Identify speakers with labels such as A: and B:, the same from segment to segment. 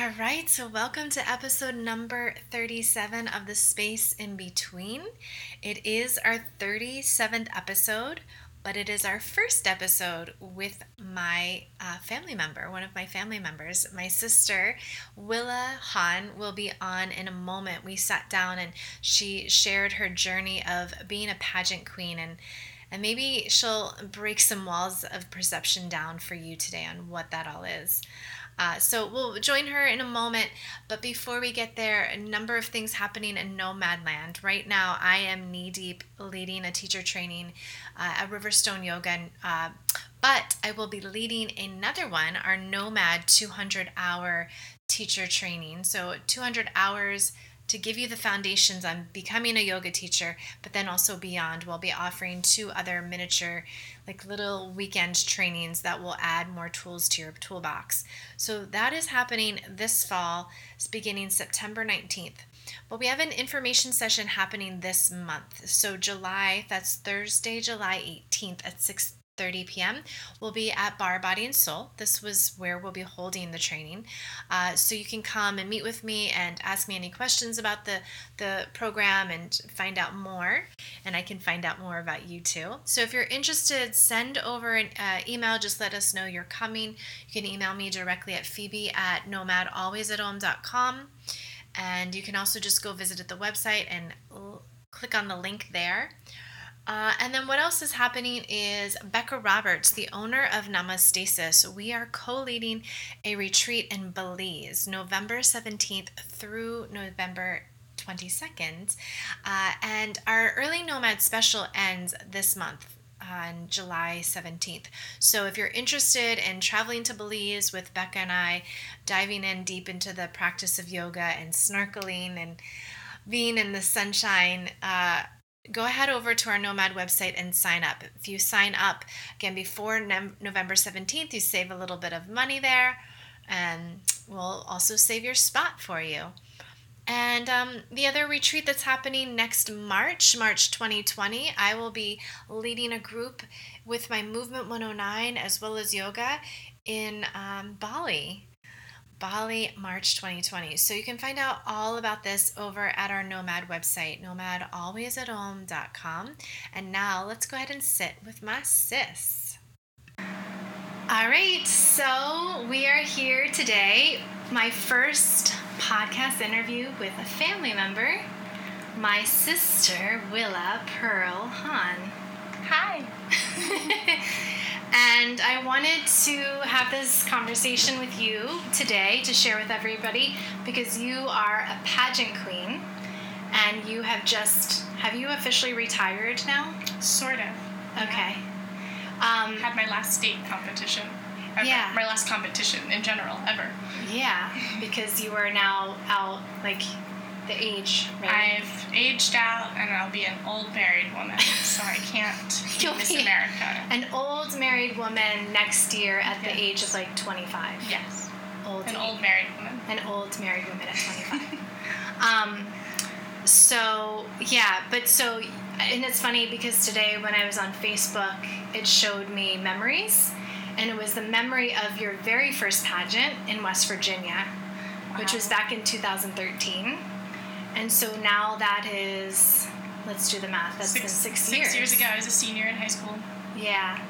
A: All right, so welcome to episode number 37 of The Space in Between. It is our 37th episode, but it is our first episode with my uh, family member, one of my family members, my sister, Willa Hahn, will be on in a moment. We sat down and she shared her journey of being a pageant queen and and maybe she'll break some walls of perception down for you today on what that all is. Uh, so we'll join her in a moment. But before we get there, a number of things happening in Nomadland. Right now, I am knee deep leading a teacher training uh, at Riverstone Yoga. Uh, but I will be leading another one, our Nomad 200 hour teacher training. So 200 hours to give you the foundations on becoming a yoga teacher, but then also beyond. We'll be offering two other miniature, like little weekend trainings that will add more tools to your toolbox. So that is happening this fall, it's beginning September 19th. But we have an information session happening this month. So July, that's Thursday, July 18th at 6 30 p.m. We'll be at Bar Body and Soul. This was where we'll be holding the training. Uh, so you can come and meet with me and ask me any questions about the, the program and find out more. And I can find out more about you too. So if you're interested, send over an uh, email. Just let us know you're coming. You can email me directly at phoebe at nomadalwaysathome.com. And you can also just go visit the website and l- click on the link there. Uh, and then what else is happening is Becca Roberts, the owner of Namastasis. We are co-leading a retreat in Belize, November 17th through November 22nd. Uh, and our Early Nomad special ends this month on July 17th. So if you're interested in traveling to Belize with Becca and I, diving in deep into the practice of yoga and snorkeling and being in the sunshine, uh, go ahead over to our Nomad website and sign up. If you sign up again before Nov- November 17th, you save a little bit of money there, and we'll also save your spot for you. And um, the other retreat that's happening next March, March 2020, I will be leading a group with my Movement 109 as well as yoga in um, Bali. Bali, March 2020. So you can find out all about this over at our Nomad website, nomadalwaysathome.com. And now let's go ahead and sit with my sis. All right, so we are here today, my first podcast interview with a family member, my sister, Willa Pearl Hahn.
B: Hi.
A: and I wanted to have this conversation with you today to share with everybody because you are a pageant queen and you have just have you officially retired now?
B: Sort of.
A: Okay. Um,
B: Had my last state competition. Or
A: Yeah.
B: My last competition in general ever.
A: yeah, because you are now out like the age, right?
B: I've aged out and I'll be an old married woman, so I can't
A: You'll
B: Miss
A: be-
B: America.
A: an old married woman next year at the
B: Yes.
A: age of like 25.
B: Yes.
A: Old age.
B: An old married woman.
A: an old married woman at 25. um, so yeah, but so and it's funny because today when I was on Facebook, it showed me memories, and it was the memory of your very first pageant in West Virginia, which was back in 2013, and so now that is. Let's do the math. That's been six,
B: six years ago, I was a senior in high school.
A: yeah.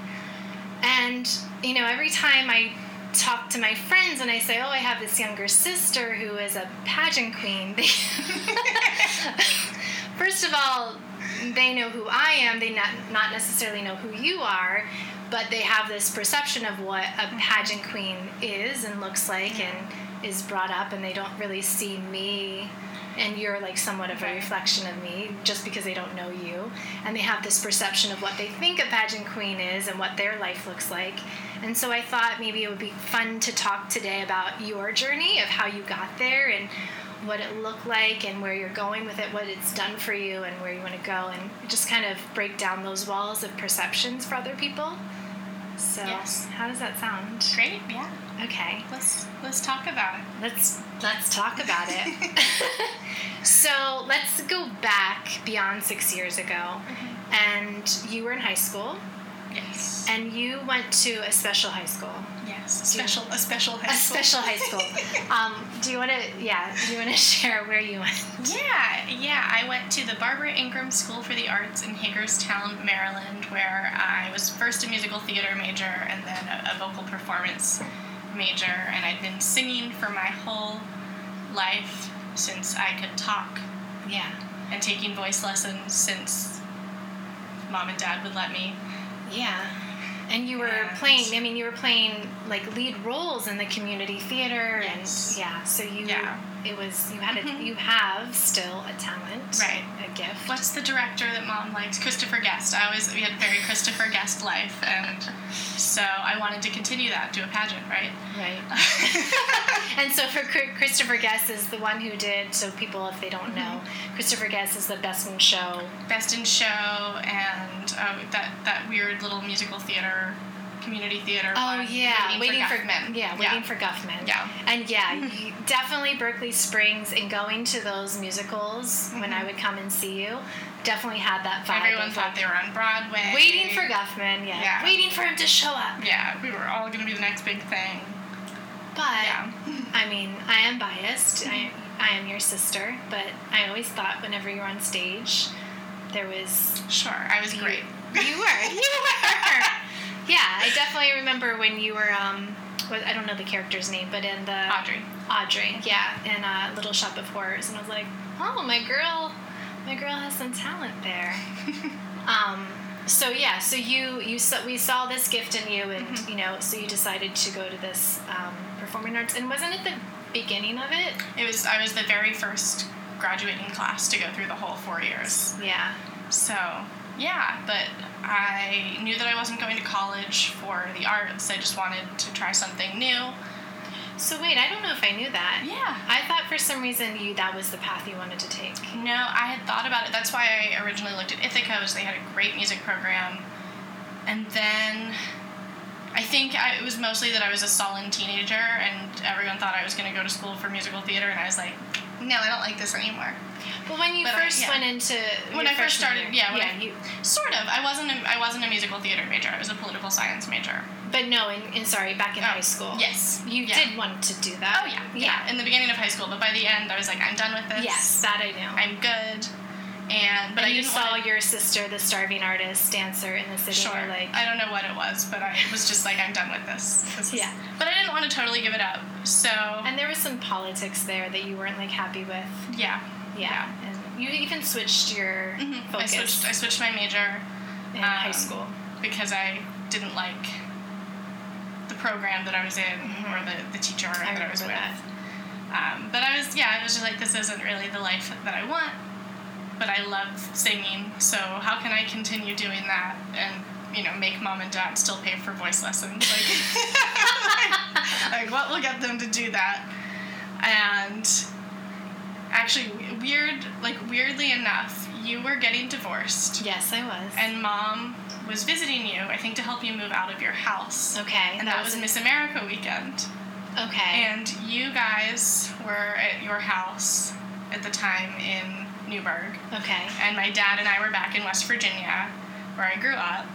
A: And, you know, every time I talk to my friends and I say, oh, I have this younger sister who is a pageant queen, they. First of all, they know who I am. They not, not necessarily know who you are, but they have this perception of what a pageant queen is and looks like and is brought up, and they don't really see me. And you're like somewhat of a
B: Right.
A: reflection of me just because they don't know you. And they have this perception of what they think a pageant queen is and what their life looks like. And so I thought maybe it would be fun to talk today about your journey of how you got there and what it looked like and where you're going with it, what it's done for you, and where you want to go, and just kind of break down those walls of perceptions for other people. So,
B: Yes.
A: how does that sound?
B: Great. Yeah.
A: Okay,
B: Let's let's talk about it.
A: let's let's talk about it. so let's go back beyond six years ago, and you were in high school,
B: Yes.
A: and you went to a special high school.
B: yeah. special a special high
A: a
B: school.
A: special high school. Um, do you want to? Yeah, do you want to share where you went?
B: Yeah, yeah. I went to the Barbara Ingram School for the Arts in Hagerstown, Maryland, where I was first a musical theater major and then a, a vocal performance major, and I'd been singing for my whole life since I could talk,
A: Yeah,
B: and taking voice lessons since mom and dad would let me.
A: yeah. And you were
B: And-
A: playing. I mean, you were playing like lead roles in the community theater,
B: Yes.
A: and yeah. So you,
B: Yeah.
A: it was you had a,
B: Mhm.
A: you have still a talent,
B: Right.
A: A gift.
B: What's the director that mom likes? Christopher Guest. I always we had a very Christopher Guest life, and so I wanted to continue that, do a pageant, right?
A: Right. And so for Chr- Christopher Guest is the one who did. So people, if they don't know, Christopher Guest is the best in show.
B: Best in Show and uh, that that weird little musical theater, community theater.
A: Oh
B: Oh
A: yeah, waiting, for,
B: men.
A: Yeah, waiting for Guffman.
B: Yeah.
A: and yeah, you- definitely Berkeley Springs and going to those musicals when I would come and see you, definitely had that vibe.
B: Everyone
A: of,
B: thought they were on Broadway.
A: like, waiting for Guffman. Yeah.
B: Yeah.
A: waiting for him to show up.
B: Yeah, we were all gonna be the next big thing.
A: But
B: Yeah.
A: I mean, I am biased. I, I am your sister, but I always thought whenever you were on stage, there was
B: Sure, I was
A: You-
B: great.
A: You were. You were. yeah, I definitely remember when you were. Um, what, I don't know the character's name, but in the
B: Audrey.
A: Audrey, yeah, in uh, Little Shop of Horrors, and I was like, oh, my girl, my girl has some talent there. um, so yeah, so you you saw, we saw this gift in you, and
B: Mm-hmm.
A: you know, so you decided to go to this um, performing arts, and wasn't it the beginning of it?
B: It was I was the very first graduating class to go through the whole four years.
A: Yeah.
B: So, yeah, but I knew that I wasn't going to college for the arts. I just wanted to try something new.
A: So wait, I don't know if I knew that.
B: Yeah.
A: I thought for some reason you that was the path you wanted to take.
B: No, I had thought about it. That's why I originally looked at Ithaca, was they had a great music program. And then I think I, it was mostly that I was a sullen teenager and everyone thought I was going to go to school for musical theater, and I was like, no, I don't like this anymore.
A: Well, when you
B: But I-
A: first
B: yeah.
A: went into
B: When
A: your
B: I first
A: freshman
B: started-
A: year-
B: yeah, when
A: yeah,
B: I-
A: you.
B: Sort of. I wasn't a, I wasn't a musical theater major, I was a political science major.
A: But no, in, in sorry, back in
B: Oh,
A: high school.
B: yes.
A: you
B: Yeah.
A: did want to do that.
B: Oh, yeah, yeah. In the beginning of high school, but by the end, I was like, I'm done with this.
A: Yes, that I know.
B: I'm good. And, but
A: and
B: I
A: you
B: didn't
A: saw
B: wanna-
A: your sister, the starving artist dancer in the city.
B: Sure.
A: and you're Like,
B: I don't know what it was, but I was just like, I'm done with this. This is-
A: Yeah.
B: But I didn't want to totally give it up. So
A: and there was some politics there that you weren't like happy with.
B: yeah,
A: Yeah. And you even switched your
B: Mhm. I
A: focus
B: switched. I switched my major
A: in high
B: um,
A: school.
B: because I didn't like the program that I was in or the, the teacher
A: I
B: that I was with.
A: remember
B: Um, but I was yeah, I was just like, this isn't really the life that I want. But I love singing, so how can I continue doing that and you know make mom and dad still pay for voice lessons? Like, like what will get them to do that? And actually, weird, like weirdly enough, you were getting divorced,
A: Yes, I was.
B: and mom was visiting you, I think, to help you move out of your house.
A: okay.
B: And that was Miss America weekend.
A: okay.
B: And you guys were at your house at the time in Newburgh.
A: okay.
B: And my dad and I were back in West Virginia, where I grew up.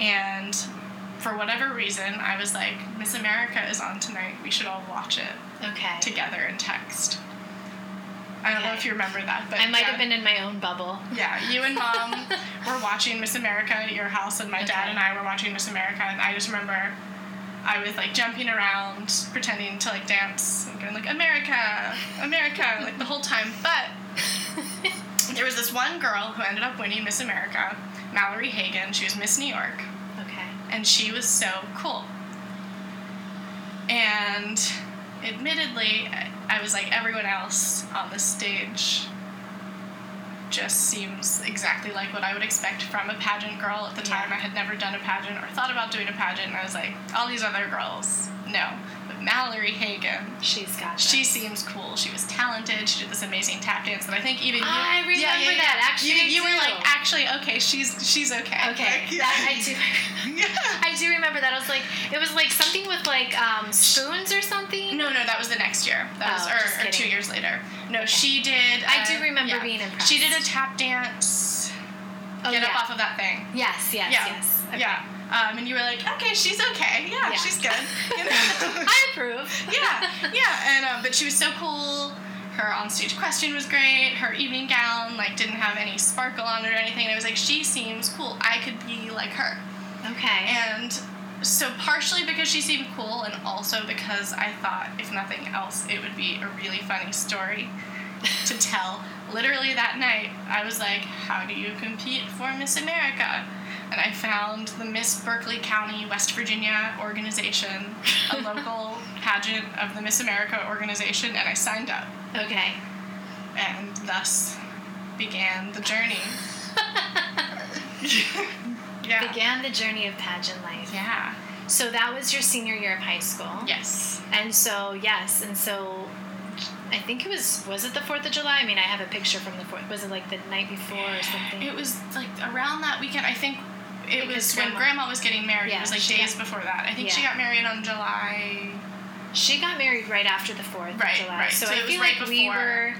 B: And for whatever reason, I was like, Miss America is on tonight. We should all watch it
A: Okay.
B: together and text. I don't know
A: Okay.
B: if you remember that, but
A: I might
B: yeah.
A: have been in my own bubble.
B: Yeah, you and mom were watching Miss America at your house, and my dad
A: Okay.
B: and I were watching Miss America, and I just remember I was like jumping around, pretending to like dance, and going like America, America, like the whole time. But there was this one girl who ended up winning Miss America, Mallory Hagan. She was Miss New York,
A: Okay.
B: and she was so cool. And admittedly, I- I was like everyone else on the stage just seems exactly like what I would expect from a pageant girl at the
A: Yeah.
B: time. I had never done a pageant or thought about doing a pageant, and I was like, all these other girls, no. But Mallory Hagan,
A: She's got.
B: she
A: that.
B: seems cool. She was talented. She did this amazing tap dance that I think even you.
A: I remember that, actually,
B: you, you were
A: too.
B: like, actually, okay, she's she's okay.
A: Okay.
B: Like,
A: That I do.
B: yeah.
A: I do remember that. I was like, it was like something with like um, spoons or something.
B: No, no, that was the next year. That
A: Oh, just
B: was or, or two
A: kidding.
B: years later. No, she did.
A: I
B: uh,
A: do remember
B: yeah.
A: being impressed.
B: She did a tap dance.
A: Oh,
B: Get
A: yeah.
B: up off of that thing.
A: Yes, yes,
B: yeah.
A: yes. Okay.
B: Yeah. Um, and you were like, okay, she's okay. Yeah,
A: Yeah.
B: she's good. You know?
A: I approve.
B: yeah, yeah. And um, but she was so cool. Her onstage question was great. Her evening gown like didn't have any sparkle on it or anything. And I was like, she seems cool. I could be like her.
A: Okay.
B: And so partially because she seemed cool, and also because I thought, if nothing else, it would be a really funny story to tell. Literally that night, I was like, "How do you compete for Miss America?" And I found the Miss Berkeley County, West Virginia organization, a local pageant of the Miss America organization, and I signed up.
A: okay.
B: And thus began the journey. yeah.
A: Began the journey of pageant life.
B: Yeah.
A: So that was your senior year of high school.
B: Yes.
A: And so yes, and so I think it was was it the Fourth of July? I mean, I have a picture from the Fourth. Was it like the night before or something?
B: It was like around that weekend. I think it
A: Because
B: was when
A: grandma-
B: grandma was getting married.
A: Yeah,
B: it was like
A: she
B: days
A: got-
B: before that. I think she
A: Yeah.
B: got married on July.
A: She got married right after the Fourth
B: Right,
A: of July,
B: right.
A: so,
B: So
A: I
B: it was
A: feel
B: right
A: like we
B: before.
A: were.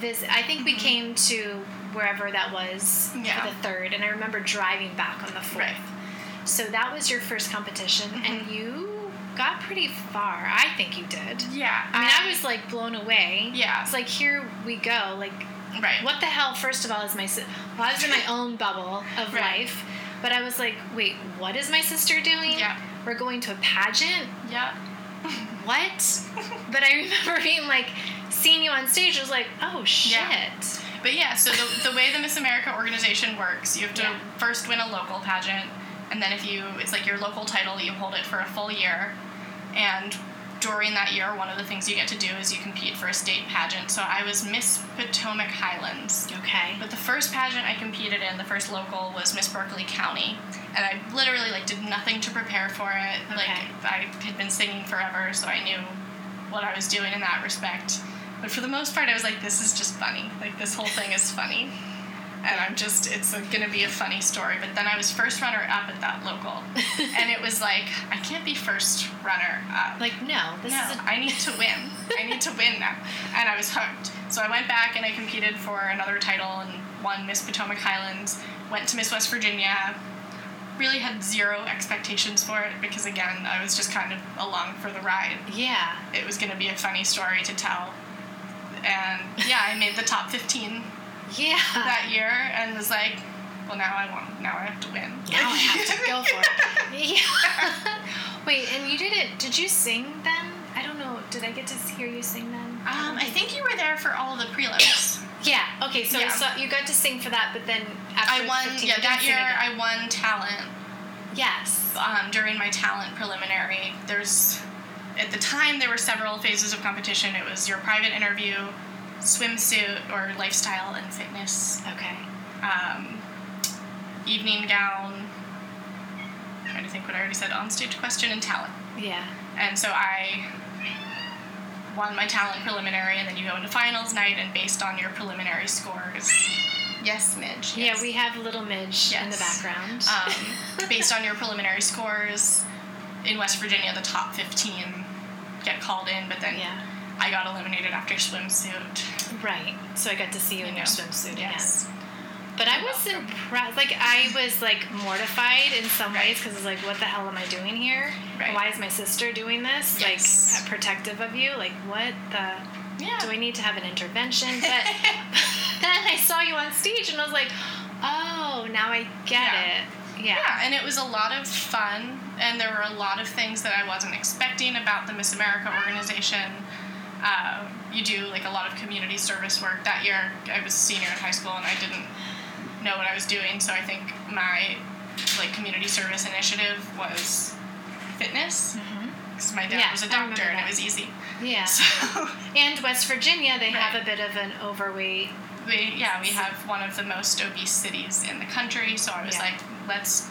A: This I think we
B: Mhm.
A: came to wherever that was
B: Yeah.
A: for the third, and I remember driving back on the fourth.
B: Right. Mm-hmm.
A: So that was your first competition, and you got pretty far. I think you did.
B: Yeah.
A: I mean, I was like blown away.
B: Um, Yeah.
A: It's like here we go. Like
B: Right.
A: what the hell first of all is my si- well, i was in my own bubble of
B: Right.
A: life but i was like wait what is my sister doing
B: Yeah.
A: we're going to a pageant
B: Yeah.
A: what but i remember being like seeing you on stage I was like oh shit
B: Yeah. But yeah, so the, the way the Miss America organization works, you have to
A: Yeah.
B: first win a local pageant, and then if you, it's like your local title, you hold it for a full year. And during that year, one of the things you get to do is you compete for a state pageant. So I was Miss Potomac Highlands.
A: okay
B: But the first pageant I competed in, the first local, was Miss Berkeley County, and I literally like did nothing to prepare for it. Like
A: Okay.
B: I had been singing forever, so I knew what I was doing in that respect. But for the most part, I was like, this is just funny. Like this whole thing is funny, and I'm just it's going to be a funny story. But then I was first runner up at that local, and it was like I can't be first runner up
A: like no this
B: no,
A: is a
B: I need to win. I need to win now. And I was hooked. So I went back and I competed for another title and won Miss Potomac Highlands, went to Miss West Virginia. Really had zero expectations for it because, again, I was just kind of along for the ride.
A: yeah
B: It was going to be a funny story to tell. And yeah, I made the top 15
A: yeah
B: that year and was like, well, now I won't. Now I have to win.
A: now i have to go for it yeah wait and you didn't did you sing then i don't know did i get to hear you sing then
B: Um, I think you were there for all the prelims.
A: Yeah. Okay. So, I
B: Yeah.
A: saw you got to sing for that, but then after
B: I won.
A: 15,
B: Yeah,
A: you
B: that
A: didn't
B: year
A: sing again.
B: I won talent
A: yes.
B: um, during my talent preliminary. There's at the time there were several phases of competition. It was your private interview, swimsuit or lifestyle and fitness,
A: Okay.
B: um, evening gown. I'm trying to think what I already said. Onstage question and talent.
A: Yeah.
B: And so I won my talent preliminary, and then you go into finals night, and based on your preliminary scores. Yes, Midge.
A: Yeah.
B: yes.
A: We have little Midge in the
B: Yes.
A: background.
B: um, based on your preliminary scores in West Virginia, the top 15 get called in, but then
A: yeah.
B: I got eliminated after swimsuit.
A: Right. So I got to see you, in your
B: know,
A: swimsuit
B: Yes.
A: again. But I was impressed. Like I was like mortified in some
B: Right.
A: ways because it's like, what the hell am I doing here?
B: Right.
A: Why is my sister doing this?
B: Yes.
A: Like protective of you? Like what the?
B: Yeah.
A: do I need to have an intervention? But then I saw you on stage and I was like, oh, now I get
B: Yeah.
A: it. Yeah.
B: yeah, and it was a lot of fun, and there were a lot of things that I wasn't expecting about the Miss America organization. Uh, you do like a lot of community service work. That year, I was a senior in high school, and I didn't know what I was doing, so I think my like community service initiative was fitness. Because my dad
A: Mm-hmm. Yeah,
B: was
A: I
B: a
A: remember
B: doctor, and
A: that.
B: it was easy.
A: Yeah.
B: So
A: And West Virginia, they have
B: Right.
A: a bit of an overweight.
B: we, yeah, we have one of the most obese cities in the country. So I was
A: Yeah.
B: like, let's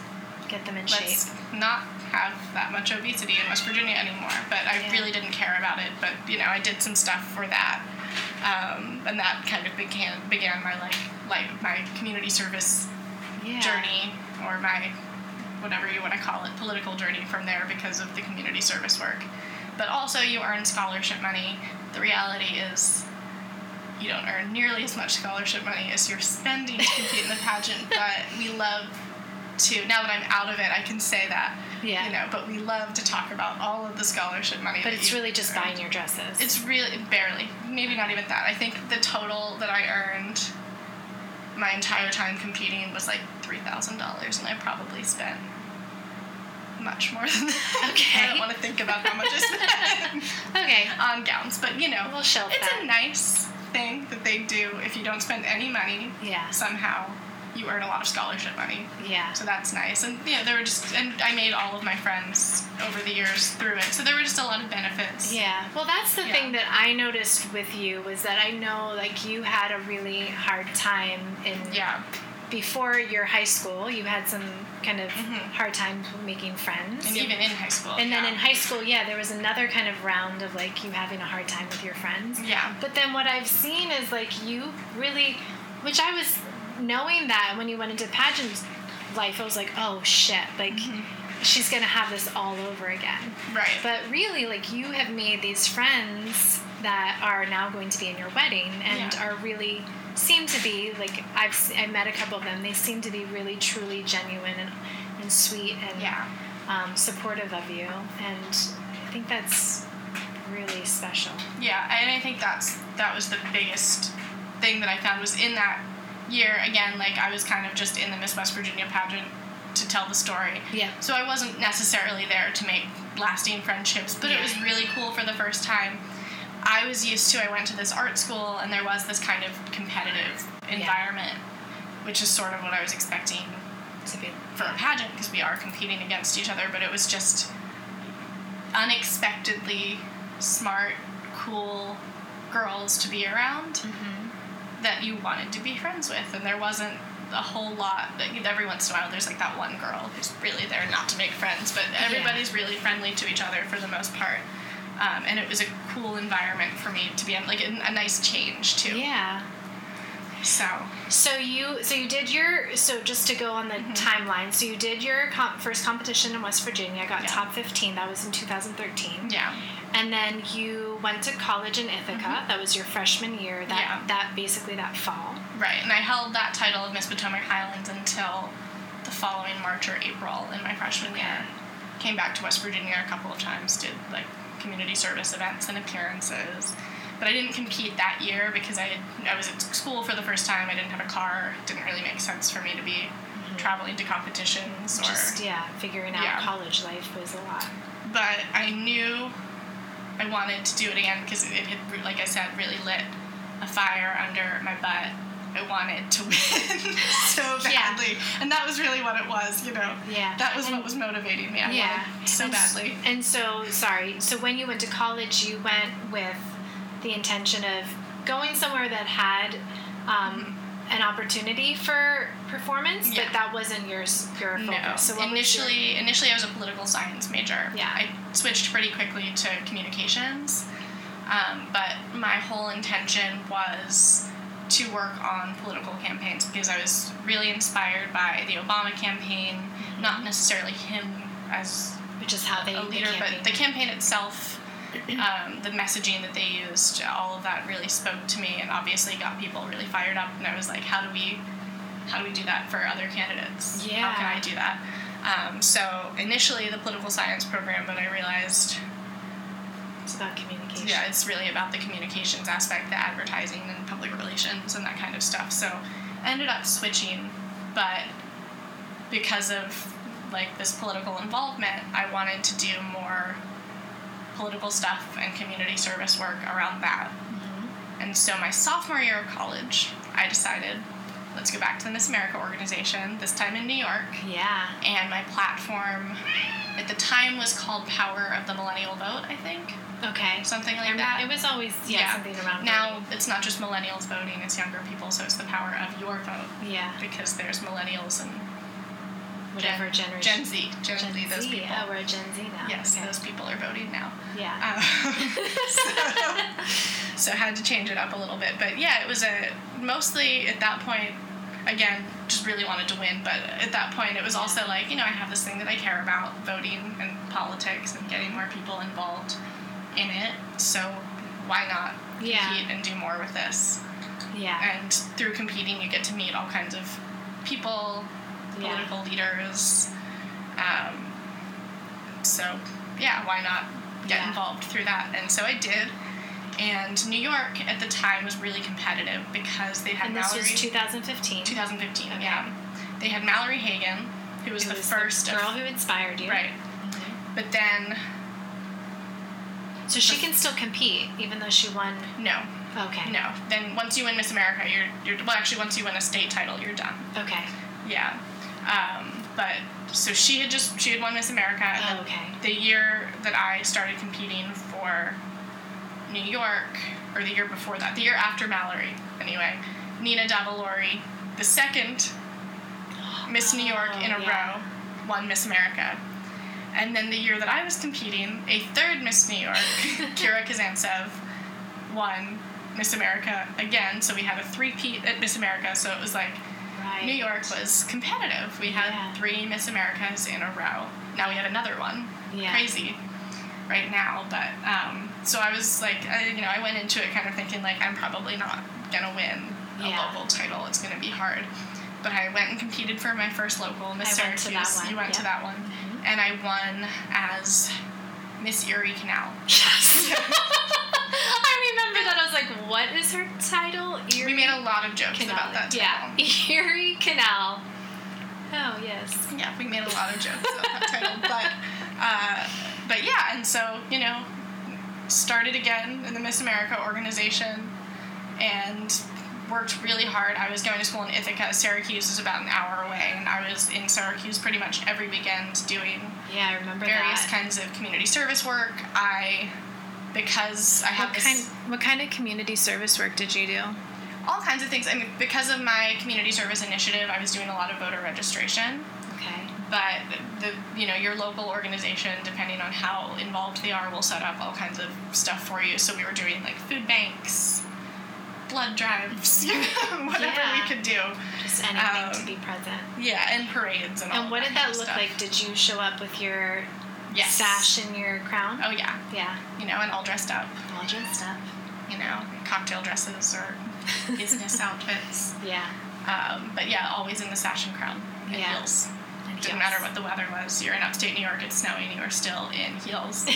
A: Get them in
B: let's
A: shape.
B: not have that much obesity in West Virginia anymore. But I
A: Yeah.
B: really didn't care about it. But you know, I did some stuff for that, um, and that kind of began began my like like my community service
A: Yeah.
B: journey or my whatever you want to call it political journey from there because of the community service work. But also, you earn scholarship money. The reality is. You don't earn nearly as much scholarship money as you're spending to compete in the pageant, but we love to now that I'm out of it, I can say that.
A: Yeah.
B: You know, but we love to talk about all of the scholarship money.
A: But
B: that
A: it's
B: you
A: really just
B: earned.
A: buying your dresses.
B: It's really barely, maybe not even that. I think the total that I earned my entire time competing was like three thousand dollars, and I probably spent much more than that. I
A: Okay.
B: don't want to think about how much I spent
A: okay.
B: on gowns, but you know,
A: We'll shelve
B: it's
A: that.
B: a nice thing that they do. If you don't spend any money,
A: Yeah.
B: somehow you earn a lot of scholarship money.
A: Yeah.
B: So that's nice. And yeah, there were just and I made all of my friends over the years through it. So there were just a lot of benefits.
A: Yeah. Well, that's the
B: Yeah.
A: thing that I noticed with you was that I know like you had a really hard time in
B: Yeah.
A: before your high school. You had some kind of
B: Mhm.
A: hard time making friends.
B: And even in high school.
A: And then
B: yeah.
A: in high school, yeah, there was another kind of round of like you having a hard time with your friends.
B: Yeah.
A: But then what I've seen is like you really, which I was knowing that when you went into pageant life, I was like, oh shit, like
B: Mm-hmm.
A: she's gonna have this all over again.
B: Right.
A: But really, like you have made these friends that are now going to be in your wedding and
B: Yeah.
A: are really seem to be like I've s- I met a couple of them. They seem to be really truly genuine and, and sweet and
B: yeah.
A: um, supportive of you, and I think that's really special.
B: Yeah. And I think that's that was the biggest thing that I found was in that year again, like I was kind of just in the Miss West Virginia pageant to tell the story.
A: Yeah.
B: So I wasn't necessarily there to make lasting friendships, but
A: Yeah.
B: it was really cool for the first time. I was used to, I went to this art school, and there was this kind of competitive environment, which is sort of what I was expecting
A: To be
B: for a pageant because we are competing against each other, but it was just unexpectedly smart, cool girls to be around that you wanted to be friends with, and there wasn't a whole lot. Like, every once in a while, there's like that one girl who's really there not to make friends, but everybody's really friendly to each other for the most part. Um, and it was a cool environment for me to be in, like a, a nice change too.
A: Yeah.
B: So
A: So you so you did your so just to go on the
B: Mm-hmm.
A: timeline. So you did your com- first competition in West Virginia, got
B: Yeah.
A: top 15. That was in 2013.
B: yeah,
A: And then you went to college in Ithaca. That was your freshman year. That
B: Mm-hmm. Yeah.
A: that basically that fall.
B: right. And I held that title of Miss Potomac Highlands until the following March or April in my freshman year. Came back to West Virginia a couple of times, did like community service events and appearances. But I didn't compete that year because I had, I was at school for the first time. I didn't have a car. It didn't really make sense for me to be traveling to competitions or
A: Just yeah, figuring out
B: Yeah.
A: college life was a lot.
B: but I knew I wanted to do it again because it had, like I said, really lit a fire under my butt. I wanted to win so
A: Yeah.
B: badly, and that was really what it was, you know.
A: Yeah.
B: That was what was motivating me. I
A: yeah,
B: wanted so
A: and s-
B: badly.
A: And so, sorry. So when you went to college, you went with the intention of going somewhere that had um, an opportunity for performance,
B: Mm-hmm. Yeah.
A: but that wasn't yours. Your
B: No.
A: focus. So what was
B: initially, initially I was a political science major.
A: Yeah.
B: I switched pretty quickly to communications, um, but my whole intention was to work on political campaigns because I was really inspired by the Obama campaign,
A: Mm-hmm.
B: not necessarily him as
A: your- which is how they
B: a
A: they
B: leader,
A: campaigned.
B: but the Oh, campaign itself, um, the messaging that they used, all of that really spoke to me, and obviously got people really fired up. And I was like, how do we, how do we do that for other candidates? How
A: Yeah.
B: can I do that? Um, so initially the political science program, but I realized,
A: it's about communication.
B: yeah, it's really about the communications aspect, the advertising and public relations and that kind of stuff. So I ended up switching, but because of like this political involvement, I wanted to do more political stuff and community service work around that. And so my sophomore year of college, I decided let's go back to the Miss America organization, this time in New York.
A: Yeah.
B: And my platform at the time was called Power of the Millennial Vote, I think,
A: Okay.
B: something like that.
A: It was always yeah, something around
B: Now it's not just millennials voting; it's younger people. So it's the power of your vote
A: voting. Yeah.
B: because there's millennials and
A: Whatever generation.
B: Gen Z, Gen,
A: Gen
B: Z, those
A: Z.
B: people.
A: Oh, we're a Gen Z now.
B: yes,
A: Okay.
B: those people are voting now.
A: Yeah.
B: Um, so, so had to change it up a little bit, but yeah, it was a mostly at that point. Again, just really wanted to win, but at that point, it was also like you know I have this thing that I care about, voting and politics and getting more people involved in it. So why not compete
A: Yeah.
B: and do more with this?
A: yeah.
B: uh, and through competing you get to meet all kinds of people yeah. political leaders. Um, so, yeah, why not get
C: Yeah.
B: involved through that? And so I did. And New York at the time was really competitive because they had
A: And this
B: Mallory.
A: was 2015.
B: 2015, yeah. They had Mallory Hagan, who was
A: It
B: the first
A: girl
B: of,
A: who inspired you.
B: right.
A: Mhm.
B: But then
A: So she can still compete, even though she won.
B: no,
A: Okay.
B: no. Then once you win Miss America, you're you're well. Actually, once you win a state title, you're done.
A: Okay.
B: Yeah. Um, but so she had just she had won Miss America. and then
A: Oh, okay.
B: the year that I started competing for New York, or the year before that, the year after Mallory, anyway, Nina Davalori, the second Miss New York in a
A: Oh, yeah.
B: row, won Miss America. And then the year that I was competing, a third Miss New York, Kira Kazantsev, won Miss America again. So we had a three-peat at Miss America. So it was like
A: Right.
B: New York was competitive. We had
A: Yeah.
B: three Miss Americas in a row. Now we had another one.
A: Yeah.
B: Crazy right now, but um, so I was like, I, you know, I went into it kind of thinking like I'm probably not gonna win a
A: Yeah.
B: local title. It's gonna be hard. But I went and competed for my first local Miss
A: I went to
B: Syracuse.
A: that one, Mm-hmm.
B: You went to
A: yeah.
B: that one, and I won as Miss Erie Canal.
A: Yes. I remember that. I was like, what is her title? Erie
B: We made a lot of jokes
A: Canal.
B: about that.
A: yeah.
B: title.
A: Erie Canal. Oh, yes.
B: Yeah, we made a lot of jokes about that title, but uh, but yeah, and so you know, started again in the Miss America organization, and worked really hard. I was going to school in Ithaca. Syracuse is about an hour away, and I was in Syracuse pretty much every weekend doing
A: Yeah, I remember
B: various
A: that.
B: kinds of community service work. I because I have
A: what
B: this-
A: kind, what kind of community service work did you do?
B: all kinds of things. I mean, because of my community service initiative, I was doing a lot of voter registration.
A: Okay.
B: but the you know your local organization depending on how involved they are will set up all kinds of stuff for you so we were doing like food banks blood drives you know, whatever
A: Yeah.
B: we could do
A: Just anything
B: Um,
A: to be present.
B: yeah and parades and all
A: And what did
B: kind
A: that
B: of
A: look
B: stuff.
A: like? Did you show up with your
B: yes
A: sash and your crown?
B: oh yeah
A: Yeah.
B: you know and all dressed up
A: All dressed up.
B: you know cocktail dresses or business outfits
A: Yeah.
B: um, but yeah always in the sash and crown and
A: Yeah.
B: heels
A: And heels.
B: didn't matter what the weather was you're in upstate new york it's snowing you are still in heels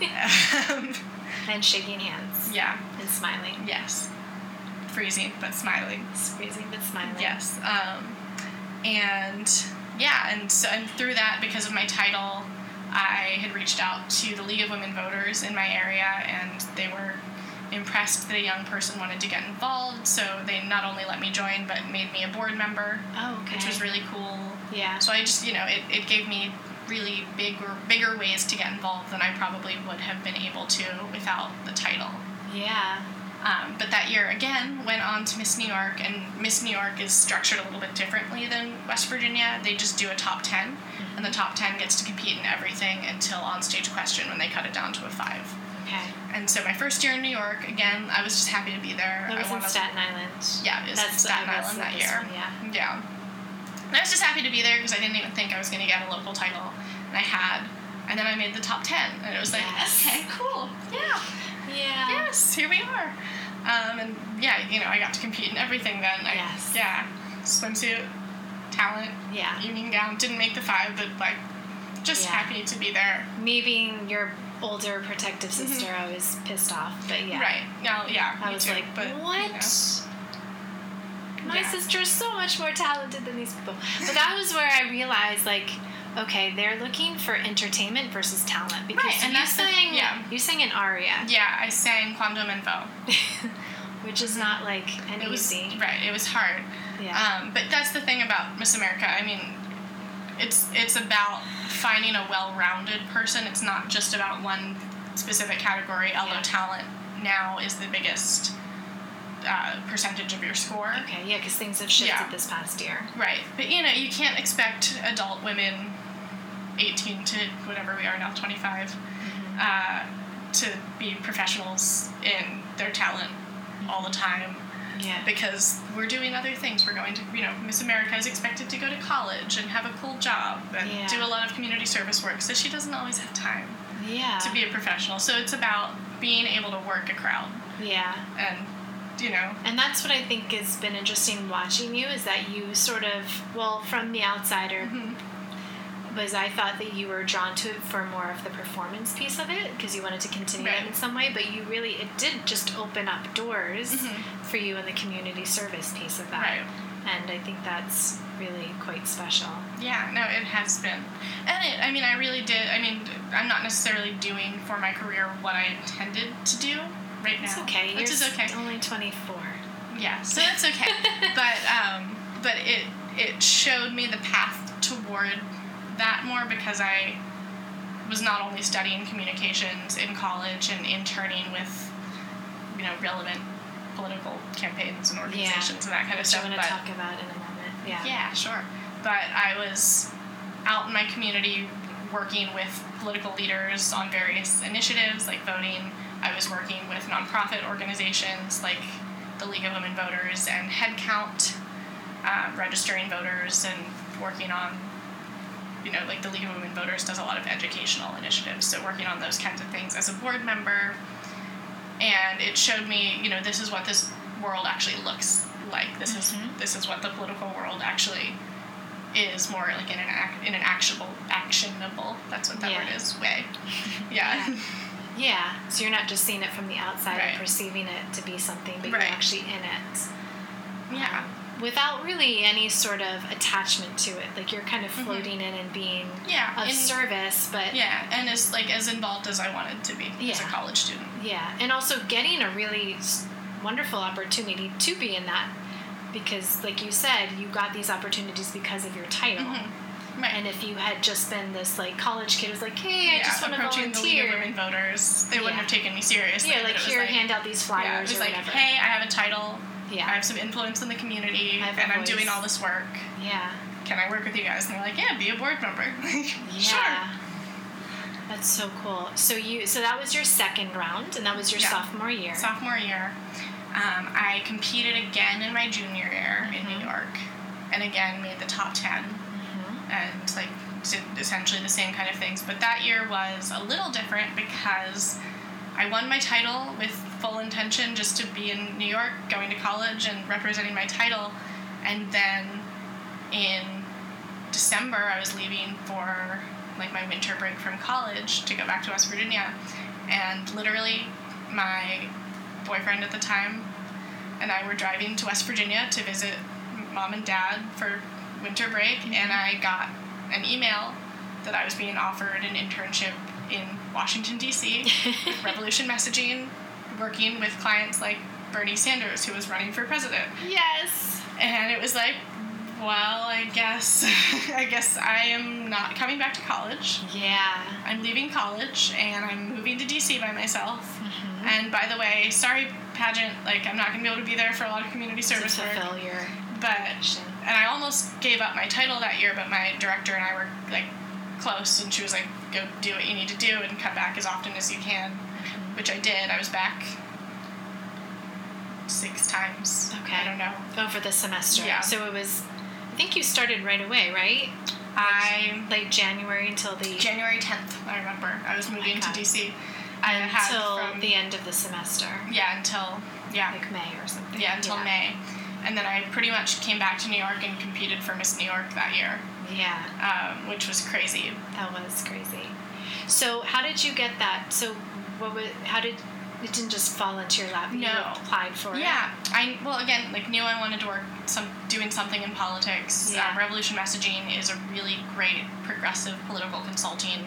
B: Um,
A: and shaking hands
B: yeah
A: and smiling.
B: Yes. Freezing, but smiling.
A: Squeezing but smiling.
B: Yes. Um, and yeah, and so and through that, because of my title, I had reached out to the League of Women Voters in my area, and they were impressed that a young person wanted to get involved. So they not only let me join, but made me a board member,
A: Oh, okay.
B: which was really cool.
A: yeah.
B: So I just, you know, it, it gave me really bigger bigger ways to get involved than I probably would have been able to without the title.
A: Yeah.
B: Um, but that year again went on to Miss New York, and Miss New York is structured a little bit differently than West Virginia. They just do a top 10,
A: Mm-hmm.
B: and the top 10 gets to compete in everything until on stage question when they cut it down to a five.
A: Okay.
B: And so my first year in New York, again, I was just happy to be there.
A: That was
B: I
A: in
B: wanna-
A: Staten Island.
B: Yeah, it was in
A: That's
B: Staten
A: I was
B: Island
A: at
B: that
A: this
B: year.
A: one, yeah.
B: Yeah. And I was just happy to be there because I didn't even think I was going to get a local title, and I had. And then I made the top 10, and it was like,
A: Yes.
B: okay, cool, yeah
A: Yeah.
B: yes, here we are. Um, and yeah, you know, I got to compete in everything then. I,
A: Yes.
B: Yeah. Swimsuit, talent,
A: Yeah.
B: evening gown. Didn't make the five, but like, just
A: Yeah.
B: happy to be there.
A: Me being your older protective sister, I was pissed off, but yeah.
B: Mm-hmm. Right. Now, yeah.
A: I
B: me
A: was
B: too,
A: like,
B: but, you
A: what?
B: know.
A: My
B: Yeah.
A: sister is so much more talented than these people. But that was where I realized, like, okay, they're looking for entertainment versus talent because
B: Right, and
A: you
B: that's the-
A: sang,
B: yeah.
A: you sang an aria,
B: Yeah, I sang Quando Menfo.
A: which is not like an
B: It was
A: easy.
B: right. It was hard.
A: Yeah.
B: Um, but that's the thing about Miss America. I mean, it's it's about finding a well-rounded person. It's not just about one specific category. Although
A: Yeah.
B: talent now is the biggest uh, percentage of your score.
A: okay. Yeah, because things have shifted
B: Yeah.
A: this past year.
B: Right. But you know, you can't expect adult women, eighteen to whatever we are now, twenty-five,
A: Mm-hmm.
B: uh, to be professionals in their talent all the time
A: Yeah.
B: because we're doing other things. We're going to, you know, Miss America is expected to go to college and have a cool job and
A: Yeah.
B: do a lot of community service work, so she doesn't always have time
A: yeah.
B: to be a professional. So it's about being able to work a crowd
A: yeah.
B: and you know.
A: And that's what I think has been interesting watching you is that you sort of, well, from the outsider,
B: Mm-hmm.
A: was I thought that you were drawn to it for more of the performance piece of it because you wanted to continue
B: Right.
A: that in some way, but you really, it did just open up doors for you in the community service piece of that.
B: Mm-hmm. Right.
A: And I think that's really quite special.
B: Yeah, no, it has been. And it, I mean, I really did. I mean, I'm not necessarily doing for my career what I intended to do right now.
A: It's okay.
B: Which
A: You're
B: is okay.
A: st- only 24.
B: Yeah, so that's okay. but um, but it it showed me the path toward that more because I was not only studying communications in college and interning with you know relevant political campaigns and organizations and that kind of
A: Which
B: stuff.
A: I want
B: but
A: to talk about in a moment. Yeah.
B: yeah, sure. But I was out in my community working with political leaders on various initiatives like voting. I was working with nonprofit organizations like the League of Women Voters and Headcount, um, registering voters and working on, you know, like the League of Women Voters does a lot of educational initiatives. So working on those kinds of things as a board member, and it showed me you know this is what this world actually looks like this
A: Mm-hmm.
B: is this is what the political world actually is more like in an ac- in an actionable actionable that's what that
A: Yeah.
B: word is way yeah
A: Yeah, so you're not just seeing it from the outside
B: Right.
A: and perceiving it to be something, but
B: Right.
A: you're actually in it
B: yeah
A: without really any sort of attachment to it. Like you're kind of floating in and being
B: Yeah,
A: of
B: and-
A: service, but
B: Mm-hmm. yeah and as like as involved as i wanted to be as a
A: Yeah.
B: college student
A: yeah, and also getting a really s- wonderful opportunity to be in that because, like you said, you got these opportunities because of your title.
B: Mm-hmm. right
A: And if you had just been this like college kid who's like, hey, I
B: yeah,
A: just want to
B: approaching
A: volunteer,
B: the League of Women Voters, they wouldn't
A: Yeah.
B: have taken me seriously.
A: yeah,
B: but
A: like
B: it was
A: here, hand out these flyers
B: yeah, it was
A: or
B: like,
A: whatever.
B: hey, I have a title,
A: Yeah.
B: I have some influence in the community,
A: I have
B: and
A: a
B: I'm
A: voice.
B: doing all this work.
A: yeah.
B: can I work with you guys? And they're like, yeah, be a board member. Like, Sure.
A: That's so cool. So you so that was your second round and that was your
B: Yeah.
A: sophomore year.
B: Sophomore year, um, I competed again in my junior year in New York, and again made the top 10 and like did essentially the same kind of things. But that year was a little different because I won my title with full intention just to be in New York, going to college and representing my title, and then in December, I was leaving for like my winter break from college to go back to West Virginia, and literally, my boyfriend at the time and I were driving to West Virginia to visit mom and dad for winter break, and I got an email that I was being offered an internship in Washington D.C. with Revolution Messaging, working with clients like Bernie Sanders, who was running for president
A: Yes.
B: and it was like well i guess i guess i am not coming back to college
A: Yeah.
B: i'm leaving college and i'm moving to dc by myself
A: Mm-hmm.
B: and by the way sorry pageant like i'm not going to be able to be there for a lot of community
A: To
B: service work
A: fulfill your
B: but
A: mission.
B: and i almost gave up my title that year but my director and i were like close and she was like go do what you need to do and come back as often as you can
A: Mm-hmm.
B: which i did i was back six times
A: Okay.
B: i don't know
A: Over the semester.
B: Yeah.
A: So it was I think you started right away, right?
B: i
A: Like January until the
B: January 10th, I remember. I was moving to
A: Oh God.
B: DC. I had
A: until
B: from,
A: the end of the semester.
B: yeah, until yeah,
A: Like May or something.
B: yeah, until May. And then I pretty much came back to New York and competed for Miss New York that year,
A: Yeah.
B: um, which was crazy.
A: That was crazy. So how did you get that? So what was how did it didn't just fall into your lap? You
B: No.
A: applied for it.
B: Yeah, I well again like knew I wanted to work some doing something in politics.
A: Yeah.
B: Um, Revolution Messaging is a really great progressive political consulting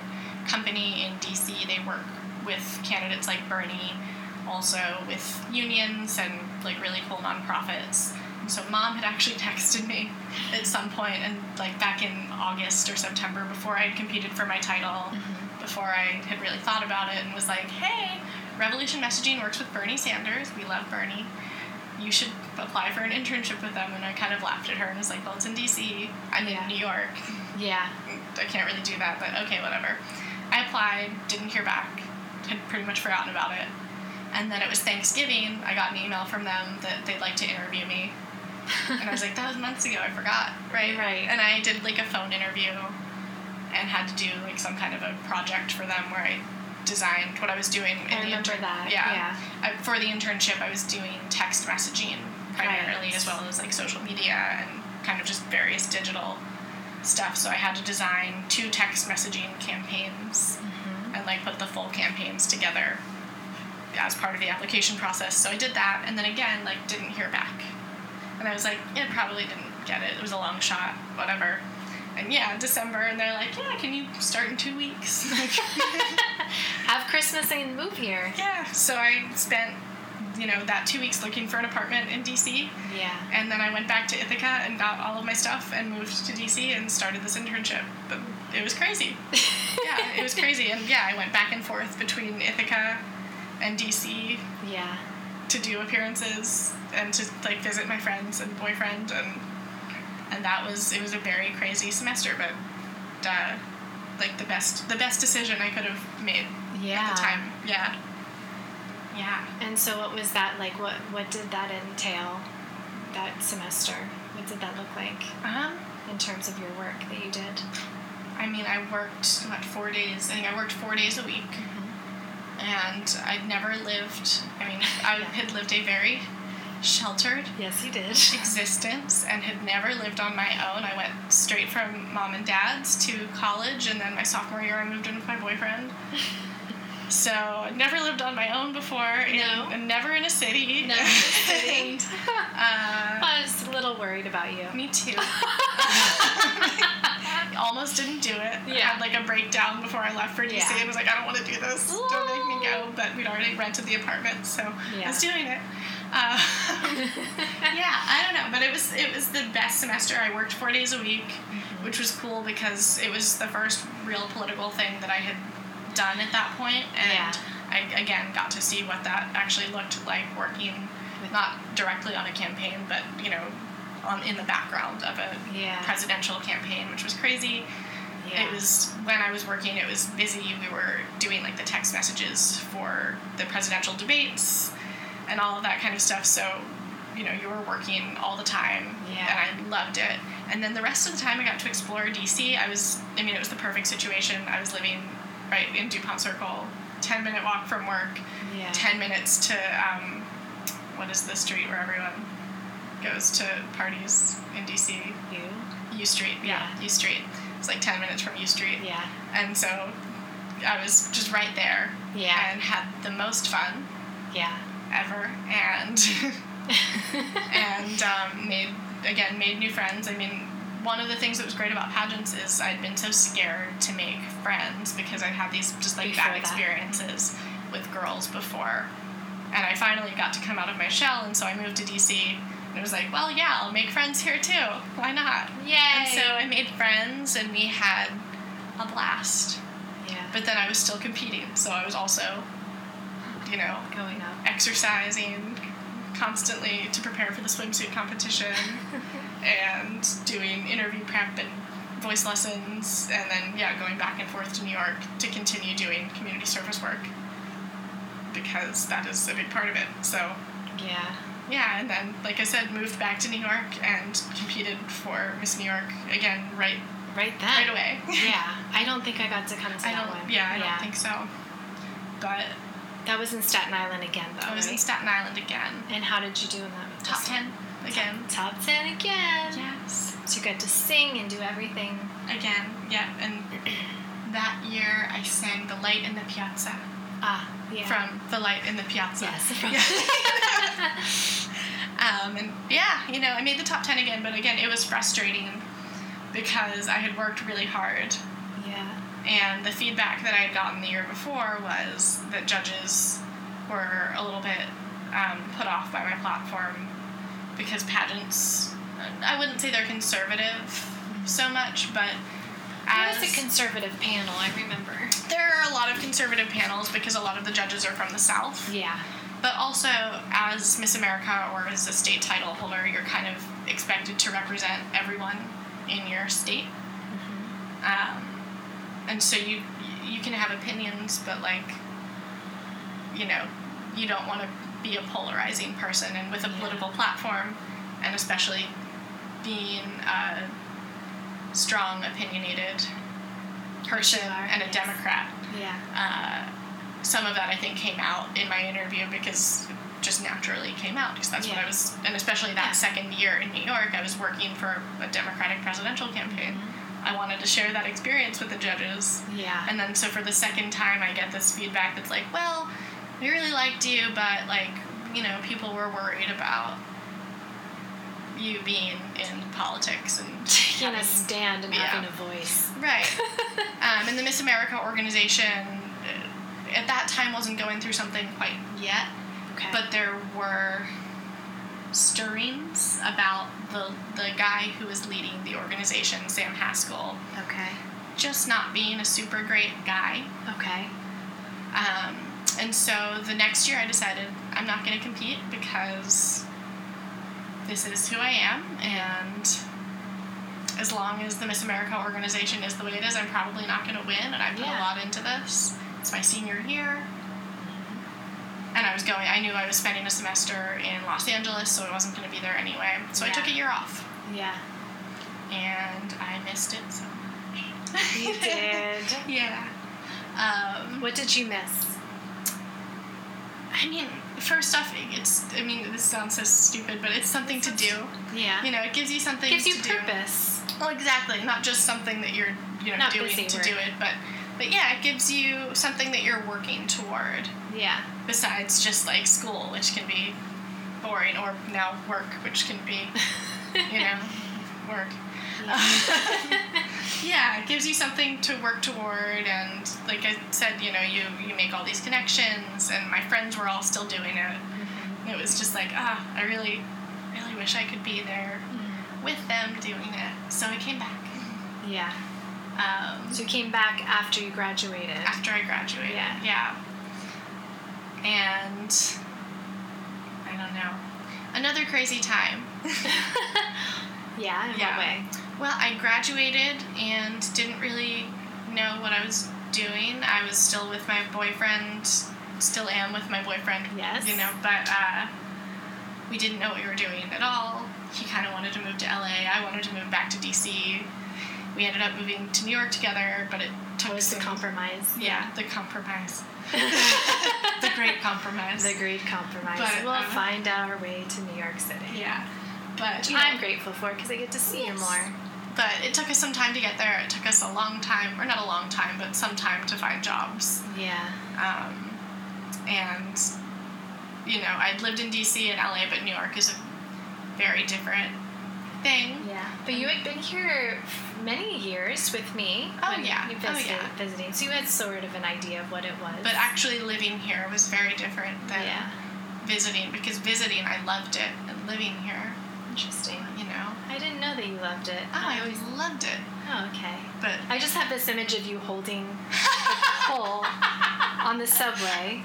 B: company in DC. They work with candidates like Bernie, also with unions and like really cool nonprofits. So mom had actually texted me at some point and like back in August or September before I had competed for my title, before I had really thought about it and was like, hey, Revolution Messaging works with Bernie Sanders. We love Bernie. You should apply for an internship with them. And I kind of laughed at her and was like, well, it's in DC. I'm
A: Yeah.
B: in New York.
A: Yeah.
B: I can't really do that, but okay, whatever. I applied, didn't hear back, had pretty much forgotten about it. And then it was Thanksgiving. I got an email from them that they'd like to interview me. and I was like, that was months ago, I forgot. Right?
A: Right.
B: And I did like a phone interview and had to do like some kind of a project for them where I designed what I was doing. In
A: I remember that.
B: Yeah. I, for the internship, I was doing text messaging primarily,
A: Right.
B: as well as like social media and kind of just various digital stuff. So I had to design two text messaging campaigns and like put the full campaigns together as part of the application process. So I did that, and then again, like didn't hear back, and I was like, it probably didn't get it. It was a long shot, whatever. And yeah, December, and they're like, yeah, can you start in two weeks?
A: Have Christmas and move here.
B: yeah. So I spent, you know, that two weeks looking for an apartment in DC,
A: Yeah.
B: and then I went back to Ithaca and got all of my stuff and moved to DC and started this internship. But it was crazy. yeah, it was crazy, and yeah, I went back and forth between Ithaca and DC
A: Yeah.
B: to do appearances and to like visit my friends and boyfriend and and that was it was a very crazy semester but uh, like the best the best decision I could have made
A: Yeah.
B: at the time yeah yeah
A: And so, what was that like? What What did that entail? That semester, what did that look like
B: um
A: in terms of your work that you did?
B: I mean I worked what four days I think I worked four days a week Mm-hmm. and I'd never lived I mean I
A: Yeah.
B: had lived a very sheltered
A: Yes, you did.
B: existence and had never lived on my own. I went straight from mom and dad's to college, and then my sophomore year, I moved in with my boyfriend. So I'd never lived on my own before. in-
A: No.
B: and never in a city.
A: No, just kidding.
B: uh,
A: I was a little worried about you.
B: me too. Almost didn't do it.
A: Yeah.
B: I had like a breakdown before I left for DC.
A: Yeah.
B: I was like, I don't want to do this. Don't make me go. But we'd already rented the apartment, so
A: Yeah.
B: I was doing it. Uh, yeah, I don't know, but it was it was the best semester. I worked four days a week,
A: Mm-hmm.
B: which was cool because it was the first real political thing that I had done at that point, and
A: Yeah.
B: I again got to see what that actually looked like working,
A: With-
B: not directly on a campaign, but you know, on in the background of a
A: Yeah.
B: presidential campaign, which was crazy.
A: yeah.
B: It was when I was working, it was busy. We were doing like the text messages for the presidential debates and all of that kind of stuff. So, you know, you were working all the time
A: Yeah.
B: and I loved it. And then the rest of the time I got to explore DC. I was, I mean, it was the perfect situation. I was living right in DuPont Circle, 10 minute walk from work,
A: yeah.
B: 10 minutes to, um, what is the street where everyone goes to parties in DC?
A: You?
B: U Street.
A: Yeah.
B: U Street. It's like 10 minutes from U Street.
A: Yeah.
B: And so I was just right there
A: Yeah.
B: and had the most fun
A: Yeah.
B: ever and and um, made again made new friends. I mean, one of the things that was great about pageants is I'd been so scared to make friends because I'd had these just like
A: Before
B: bad
A: that.
B: experiences with girls before. And I finally got to come out of my shell and so I moved to DC and it was like, well, yeah, I'll make friends here too. Why not?
A: Yay.
B: And so I made friends and we had a blast.
A: yeah.
B: But then I was still competing, so I was also, you know,
A: Going up.
B: exercising constantly to prepare for the swimsuit competition and doing interview prep and voice lessons and then yeah going back and forth to new york to continue doing community service work because that is a big part of it so
A: Yeah.
B: yeah, and then, like I said, moved back to New York and competed for Miss New York again right
A: Right then.
B: right away.
A: Yeah. I don't think I got to come to
B: I
A: Ah. that
B: don't.
A: one.
B: Yeah, I don't think so. But
A: That was in Staten Island again, though.
B: I was in
A: right?
B: Staten Island again.
A: And how did you do in that?
B: Top ten again.
A: Top ten again.
B: Yes.
A: So you got to sing and do everything.
B: Again. Yeah. And that year I sang "The Light in the Piazza"
A: Ah, yeah.
B: from "The Light in the Piazza."
A: yes. From
B: Um, and yeah, you know, I made the top ten again, but again, it was frustrating because I had worked really hard
A: yeah.
B: And the feedback that I had gotten the year before was that judges were a little bit um, put off by my platform because pageants, I wouldn't say they're conservative so much, but
A: It
B: as
A: was a conservative panel. I remember.
B: there are a lot of conservative panels because a lot of the judges are from the South.
A: Yeah.
B: But also, as Miss America or as a state title holder, you're kind of expected to represent everyone in your state.
A: Mm-hmm.
B: Um, and so you you can have opinions, but like, you know, you don't want to be a polarizing person. And with a
A: Yeah.
B: political platform, and especially being a strong, opinionated person
A: are,
B: and a
A: yes.
B: Democrat,
A: Yeah.
B: uh, some of that I think came out in my interview because it just naturally came out because that's what
A: Yeah.
B: I was, and especially that
A: Yeah.
B: second year in New York, I was working for a Democratic presidential campaign.
A: Mm-hmm.
B: I wanted to share that experience with the judges.
A: Yeah.
B: And then so for the second time, I get this feedback that's like, well, we really liked you, but like, you know, people were worried about you being in politics and
A: Taking a
B: having-
A: stand and
B: Yeah.
A: having a voice.
B: Right. um, and the Miss America organization uh, at that time wasn't going through something quite yet,
A: Okay.
B: but there were stirrings about the the guy who was leading the organization, Sam Haskell,
A: okay.
B: just not being a super great guy.
A: Okay.
B: Um, and so the next year I decided I'm not going to compete because this is who I am. And as long as the Miss America organization is the way it is, I'm probably not going to win. And I put
A: Yeah.
B: a lot into this. It's my senior year. And I was going, I knew I was spending a semester in Los Angeles, so I wasn't going to be there anyway. So I
A: Yeah.
B: took a year off.
A: Yeah.
B: And I missed it so much.
A: You did.
B: yeah. Um,
A: What did you miss?
B: I mean, first off, it's. I mean, this sounds so stupid, but it's something to do.
A: Yeah.
B: You know, it gives you something.
A: Gives you
B: to do.
A: purpose.
B: Well, exactly. Not just something that you're, you know,
A: Not busy
B: doing to
A: work.
B: do it, but, but yeah, it gives you something that you're working toward.
A: Yeah.
B: Besides just like school, which can be boring, or now work, which can be, you know, work. Yeah, it gives you something to work toward, and like I said, you know, you you make all these connections, and my friends were all still doing it. It was just like ah, I really, really wish I could be there with them doing it. So I came back
A: yeah.
B: um,
A: So you came back after you graduated.
B: after I graduated.
A: Yeah.
B: yeah. And I don't know. Another crazy time.
A: yeah. In
B: Yeah.
A: what way?
B: Well, I graduated and didn't really know what I was doing. I was still with my boyfriend, still am with my boyfriend.
A: Yes.
B: You know, but uh, we didn't know what we were doing at all. He kind of wanted to move to LA. I wanted to move back to DC. We ended up moving to New York together, but it took
A: What was the
B: some-
A: compromise?
B: Yeah, the compromise. the great compromise.
A: The great compromise.
B: But,
A: we'll
B: uh,
A: find our way to New York City.
B: yeah, but
A: Which
B: you know,
A: I'm grateful for because I get to see you
B: Yes.
A: more.
B: But it took us some time to get there. It took us a long time, or not a long time, but some time to find jobs.
A: Yeah.
B: Um, and, you know, I'd lived in DC and LA, but New York is a very different thing.
A: Yeah. But you had been here many years with me.
B: Oh,
A: when
B: yeah.
A: You
B: Oh,
A: visited,
B: yeah.
A: visiting. So you had sort of an idea of what it was.
B: But actually, living here was very different than
A: Yeah.
B: visiting because visiting, I loved it, and living here,
A: Interesting.
B: you know,
A: I didn't know that you loved it.
B: oh, I always loved it.
A: Oh, okay.
B: But
A: I just have this image of you holding the pole on the subway.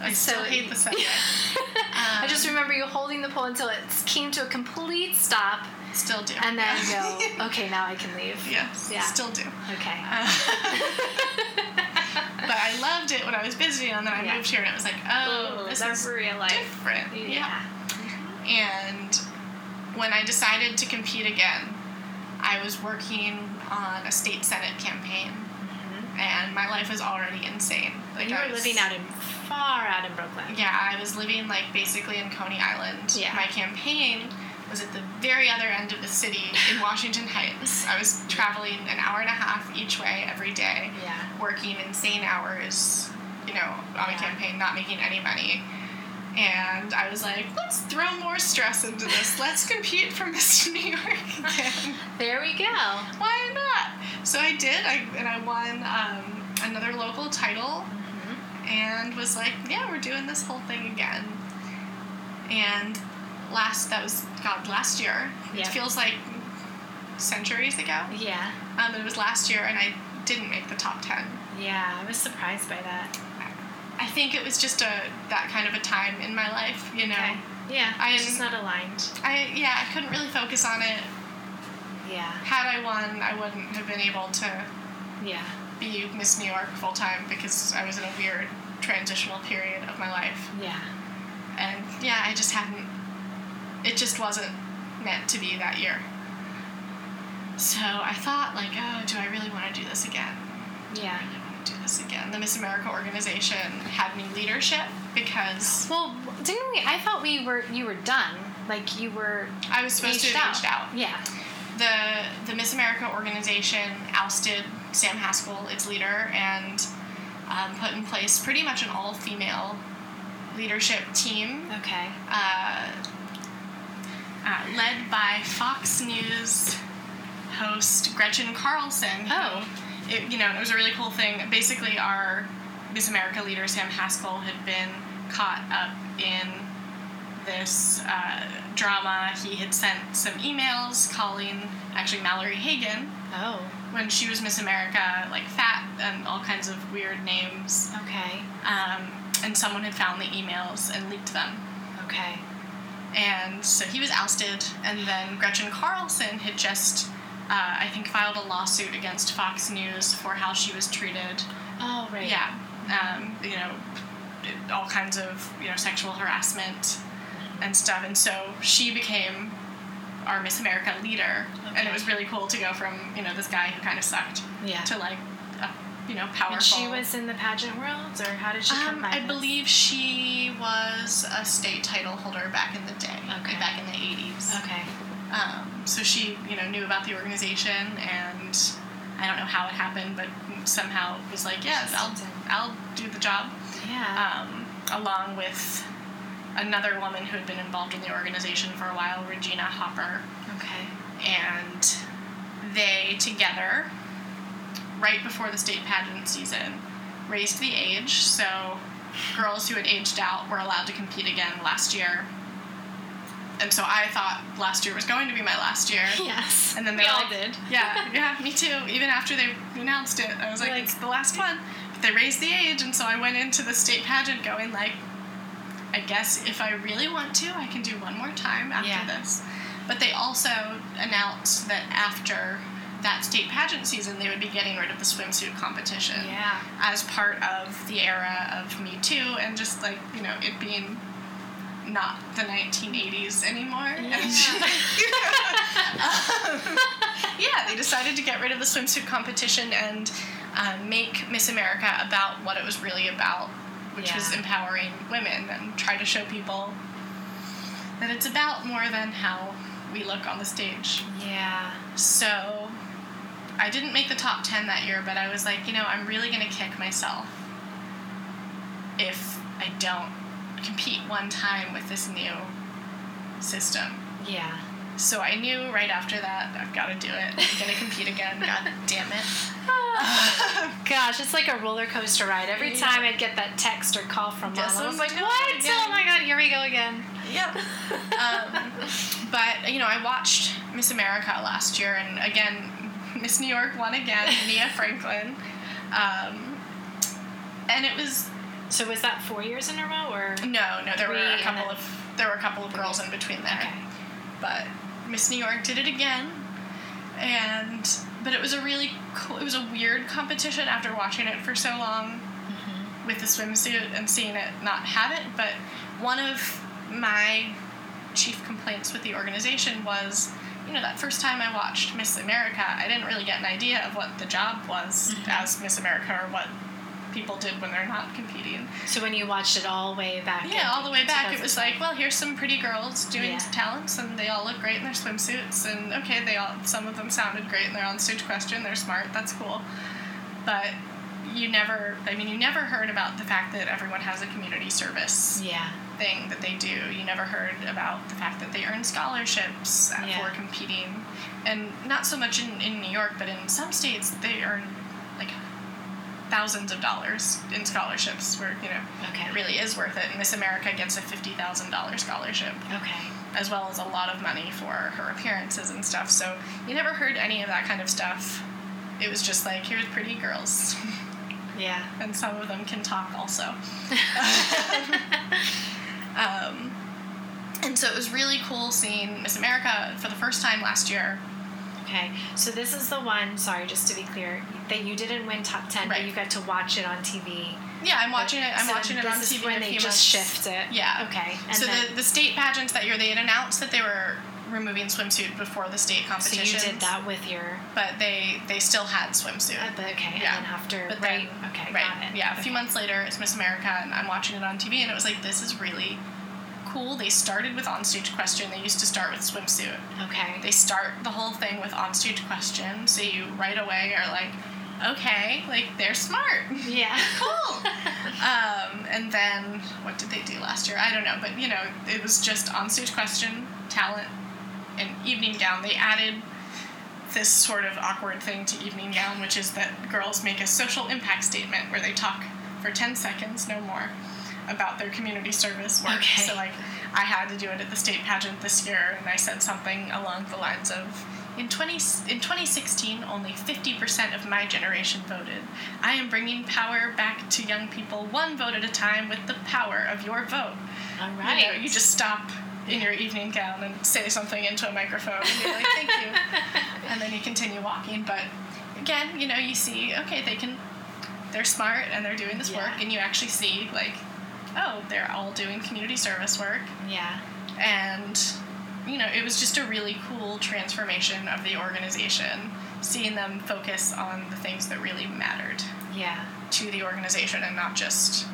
B: I still hate the Um, subway.
A: I just remember you holding the pole until it came to a complete stop,
B: Still do.
A: and then
B: yeah.
A: go, okay, now I can leave.
B: yes.
A: Yeah.
B: Still do.
A: Okay.
B: Uh, but I loved it when I was busy, and then I
A: Yeah.
B: moved here, and it was like, oh,
A: Ooh,
B: this
A: that's
B: is
A: real life.
B: different.
A: Yeah.
B: And when I decided to compete again, I was working on a state senate campaign, and my life was already insane. Like
A: Mm-hmm. You
B: I
A: were
B: was-
A: living out in far out in Brooklyn.
B: Yeah, I was living like basically in Coney Island.
A: Yeah.
B: My campaign was at the very other end of the city in Washington Heights. I was traveling an hour and a half each way every day
A: Yeah.
B: working insane hours, you know, on
A: Yeah.
B: a campaign, not making any money. And I was like, let's throw more stress into this. Let's compete for Miss New York again.
A: There we go.
B: Why not? So I did, I, and I won um, another local title and was like, yeah, we're doing this whole thing again. And last, that was, God, last year.
A: Yeah.
B: It feels like centuries ago.
A: Yeah.
B: Um, it was last year, and I didn't make the top 10.
A: Yeah. I was surprised by that.
B: I think it was just a that kind of a time in my life, you know.
A: Okay. Yeah.
B: I
A: it's just
B: am-
A: not aligned.
B: I yeah, I couldn't really focus on it.
A: Yeah.
B: Had I won, I wouldn't have been able to
A: Yeah.
B: be Miss New York full time because I was in a weird transitional period of my life.
A: Yeah.
B: And yeah, I just hadn't it just wasn't meant to be that year. So I thought like, oh, do I really want to do this again?
A: Yeah.
B: I really wanna do this again. The Miss America organization had me leadership because
A: Well, didn't we? I thought we were you were done. Like you were
B: I was supposed
A: aged
B: to have aged out.
A: Yeah.
B: The the Miss America organization ousted Sam Haskell, its leader, and um, put in place pretty much an all female leadership team
A: Okay.
B: uh, uh, led by Fox News host Gretchen Carlson. who-
A: Oh.
B: it, you know, it was a really cool thing. Basically, our Miss America leader Sam Haskell had been caught up in this uh, drama. He had sent some emails calling actually Mallory Hagan
A: Oh.
B: when she was Miss America, like fat and all kinds of weird names.
A: Okay.
B: Um, and someone had found the emails and leaked them.
A: Okay.
B: And so he was ousted, and then Gretchen Carlson had just, uh, I think, filed a lawsuit against Fox News for how she was treated.
A: Oh right.
B: Yeah, um, you know, all kinds of you know sexual harassment and stuff. And so she became our Miss America leader, and
A: Okay.
B: it was really cool to go from you know this guy who kind of sucked
A: Yeah.
B: to like a you know powerful.
A: And she was in the pageant world, or how did she come
B: Um,
A: by
B: I
A: this?
B: believe she was a state title holder back in the day, like,
A: Okay.
B: back in the 80s.
A: Okay.
B: Um, so she, you know, knew about the organization, and I don't know how it happened, but somehow was like, yes, I'll, I'll do the job,
A: Yeah.
B: um, along with another woman who had been involved in the organization for a while, Regina Hopper,
A: okay.
B: and they together, right before the state pageant season, raised the age. So girls who had aged out were allowed to compete again last year. And so I thought last year was going to be my last year.
A: Yes.
B: And then they
A: we
B: were
A: all
B: like-
A: did.
B: Yeah, yeah, me too. Even after they announced it, I was like,
A: Like-
B: it's the last one. But they raised the age, and so I went into the state pageant going like, I guess if I really want to, I can do one more time after
A: Yeah.
B: this. But they also announced that after that state pageant season, they would be getting rid of the swimsuit competition
A: Yeah.
B: as part of the era of Me Too and just like, you know, it being not the 1980s anymore. And- yeah, they decided to get rid of the swimsuit competition and uh, make Miss America about what it was really about, which was
A: Yeah.
B: empowering women and try to show people that it's about more than how we look on the stage.
A: Yeah.
B: So I didn't make the top 10 that year, but I was like, you know, I'm really going to kick myself if I don't compete one time with this new system.
A: Yeah.
B: So I knew right after that, I've got to do it. I'm going to compete again. God damn it.
A: Gosh, it's like a roller coaster ride. Every
B: Yeah.
A: time I'd get that text or call from
B: Yes,
A: mom, I
B: I
A: was
B: was
A: like,
B: like, no,
A: "What?
B: again."
A: Oh my god, here we go again."
B: Yep. Um, but, you know, I watched Miss America last year, and again, Miss New York won again, Nia Franklin. Um, and it was
A: So was that four years in a row, or
B: No, no, there were
A: Three
B: a
A: and
B: couple
A: then-
B: of there were a couple of girls in between there.
A: okay?
B: But Miss New York did it again. And but it was a really cool it was a weird competition after watching it for so long with the swimsuit and seeing it not have it, but one of my chief complaints with the organization was you know that first time I watched Miss America, I didn't really get an idea of what the job was as Miss America or what people did when they're not competing.
A: So when you watched it all the way back, in
B: Yeah, all the way back. It was
A: 2000
B: like, well, here's some pretty girls doing
A: Yeah.
B: talents, and they all look great in their swimsuits. And okay, they all some of them sounded great, and they're on stage question. They're smart. That's cool. But you never, I mean, you never heard about the fact that everyone has a community service
A: yeah,
B: thing that they do. You never heard about the fact that they earn scholarships uh,
A: Yeah.
B: for competing, and not so much in in New York, but in some states they earn like thousands of dollars in scholarships. Where you know
A: okay,
B: it really is worth it. And Miss America gets a $50,000 scholarship,
A: okay,
B: as well as a lot of money for her appearances and stuff. So you never heard any of that kind of stuff. It was just like, here's pretty girls,
A: yeah,
B: and some of them can talk also. um, and so it was really cool seeing Miss America for the first time last year.
A: okay. So this is the one. Sorry, just to be clear, that you didn't win top ten, but
B: Right.
A: you got to watch it on TV
B: Yeah, I'm watching it. I'm
A: So
B: watching it on
A: this is
B: TV.
A: when
B: in a
A: they
B: few
A: just
B: months.
A: shift it.
B: Yeah.
A: Okay. And
B: so
A: then,
B: the, the state pageants that year, they had announced that they were removing swimsuit before the state
A: so
B: competition.
A: you did that with your.
B: But they they still had swimsuit.
A: Uh, but okay.
B: Yeah.
A: And then after.
B: But
A: right.
B: then-
A: okay.
B: right.
A: Got it.
B: Yeah, a few months later, it's Miss America, and I'm watching it on TV, and it was like, this is really cool. They started with onstage question. They used to start with swimsuit.
A: Okay.
B: They start the whole thing with onstage question, so you right away are like, okay, like they're smart.
A: yeah.
B: Cool. um, and then what did they do last year? I don't know, but you know, it was just onstage question, talent, and evening gown. They added this sort of awkward thing to evening gown, which is that girls make a social impact statement where they talk for ten seconds, no more, about their community service work.
A: Okay.
B: So like, I had to do it at the state pageant this year, and I said something along the lines of. In, 20, in 2016, only 50% of my generation voted. I am bringing power back to young people one vote at a time with the power of your vote.
A: All
B: You,
A: right.
B: know, you just stop in your evening gown and say something into a microphone and you're like, thank you. And then you continue walking. But again, you know, you see, okay, they can, they're smart and they're doing this
A: Yeah.
B: work, and you actually see, like, oh, they're all doing community service work.
A: yeah.
B: And, you know, it was just a really cool transformation of the organization, seeing them focus on the things that really mattered
A: Yeah.
B: to the organization and not just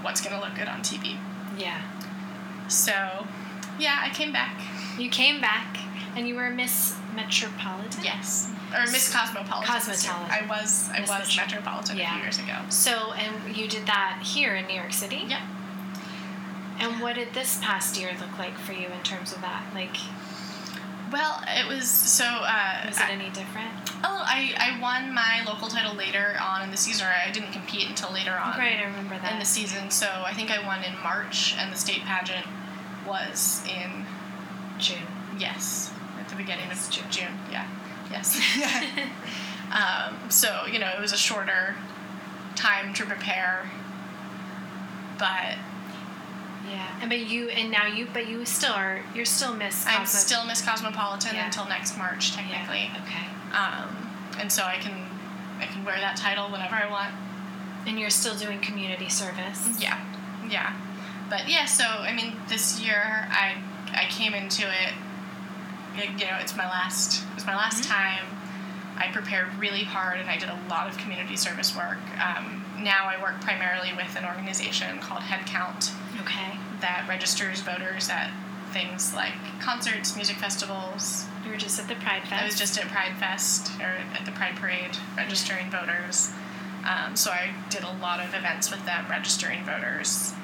B: what's going to look good on TV.
A: Yeah.
B: So, yeah, I came back.
A: You came back and you were Miss Metropolitan?
B: Yes. Or Miss Cosmopolitan.
A: Cosmopolitan.
B: I was I
A: Miss
B: was
A: Metro-
B: Metropolitan a
A: Yeah.
B: few years ago.
A: So, and you did that here in New York City?
B: Yep.
A: And what did this past year look like for you in terms of that? Like,
B: Well, it was so. Uh,
A: was
B: I-
A: it any different?
B: oh, I, I won my local title later on in the season. Or I didn't compete until later on
A: Right, I remember that.
B: in the season. So I think I won in March, and the state pageant was in
A: June.
B: Yes, at the beginning
A: Yes,
B: of June.
A: June.
B: June. Yeah. Yes. um, so you know, it was a shorter time to prepare, but
A: Yeah. And but you and now you but you still are you're still Miss.
B: I'm
A: Cosmo-
B: still Miss Cosmopolitan
A: Yeah.
B: until next March, technically.
A: Yeah. Okay.
B: Um, and so I can I can wear that title whenever I want.
A: And you're still doing community service.
B: Yeah, yeah, but yeah. So I mean, this year I I came into it. y- You know, it's my last. It's my last
A: Mm-hmm.
B: time. I prepared really hard, and I did a lot of community service work. Um, now I work primarily with an organization called Headcount
A: Okay.
B: that registers voters at things like concerts, music festivals.
A: You were just at the Pride Fest.
B: I was just at Pride Fest or at the Pride Parade registering voters. Um, so I did a lot of events with them registering voters.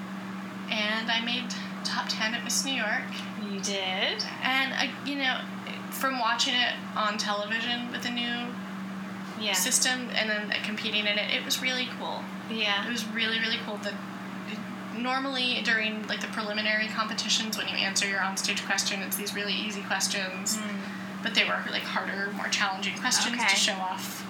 B: And I made top 10 at Miss New York.
A: You did.
B: And, I, you know, from watching it on television with the new
A: Yeah.
B: system and then competing in it, it was really cool. It
A: yeah.
B: was really, really cool. The, normally during like the preliminary competitions when you answer your onstage question it's these really easy questions but they were like harder, more challenging questions
A: Okay.
B: to show off,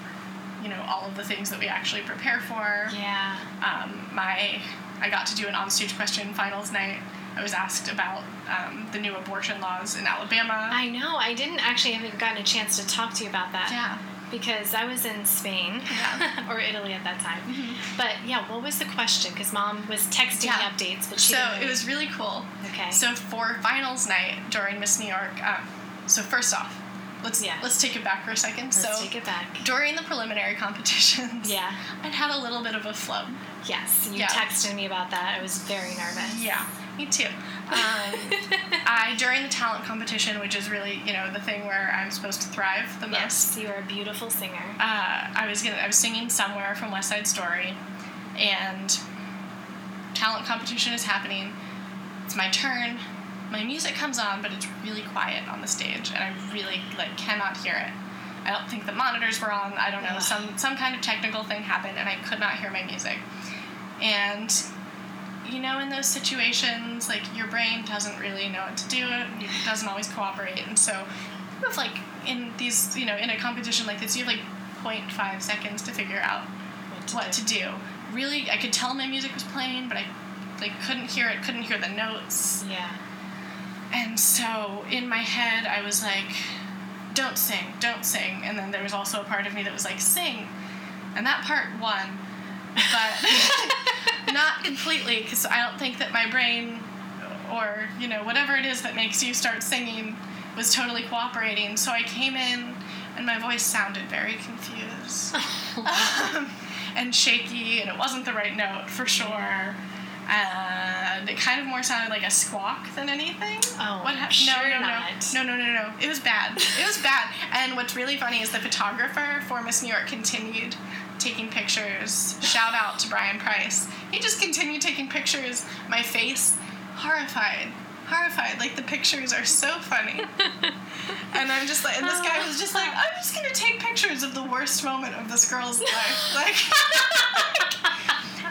B: you know, all of the things that we actually prepare for.
A: Yeah.
B: Um, my, I got to do an onstage question finals night. I was asked about um, the new abortion laws in Alabama.
A: I know. I didn't actually haven't gotten a chance to talk to you about that.
B: yeah.
A: because I was in Spain
B: Yeah. Mm-hmm.
A: or Italy at that time. But yeah, what was the question? Because mom was texting
B: Yeah.
A: me updates, but she
B: So
A: didn't-
B: it was really cool.
A: okay.
B: So for finals night during Miss New York, um, so first off, let's
A: Yeah.
B: let's take it back for a 2nd
A: let's
B: so
A: take it back.
B: during the preliminary competitions,
A: Yeah.
B: I'd had a little bit of a flow.
A: Yes, you
B: Yeah.
A: texted me about that. I was very nervous.
B: Yeah, me too. Um, I during the talent competition, which is really you know the thing where I'm supposed to thrive the most.
A: Yes, you are a beautiful singer.
B: Uh, I was gonna, I was singing somewhere from West Side Story, and talent competition is happening. It's my turn. My music comes on, but it's really quiet on the stage, and I really like cannot hear it. I don't think the monitors were on. I don't know
A: Ugh.
B: some some kind of technical thing happened, and I could not hear my music. And you know, in those situations, like your brain doesn't really know what to do. It doesn't always cooperate, and so you have like in these you know in a competition like this, you have like 0.5 seconds to figure out what to do. Really, I could tell my music was playing, but I like couldn't hear it, couldn't hear the notes.
A: Yeah.
B: And so in my head, I was like, "Don't sing, don't sing." And then there was also a part of me that was like, "Sing," and that part won. but not completely because I don't think that my brain or you know whatever it is that makes you start singing was totally cooperating. So I came in and my voice sounded very confused um, and shaky, and it wasn't the right note for sure. And it kind of more sounded like a squawk than anything.
A: Oh,
B: what hap-
A: sure
B: no, no,
A: not.
B: no, no, no, no, no. It was bad. It was bad. And what's really funny is the photographer for Miss New York continued taking pictures. Shout out to Brian Price. He just continued taking pictures. My face, horrified, horrified. Like the pictures are so funny. And I'm just like, and this guy was just like, I'm just gonna take pictures of the worst moment of this girl's life. Like,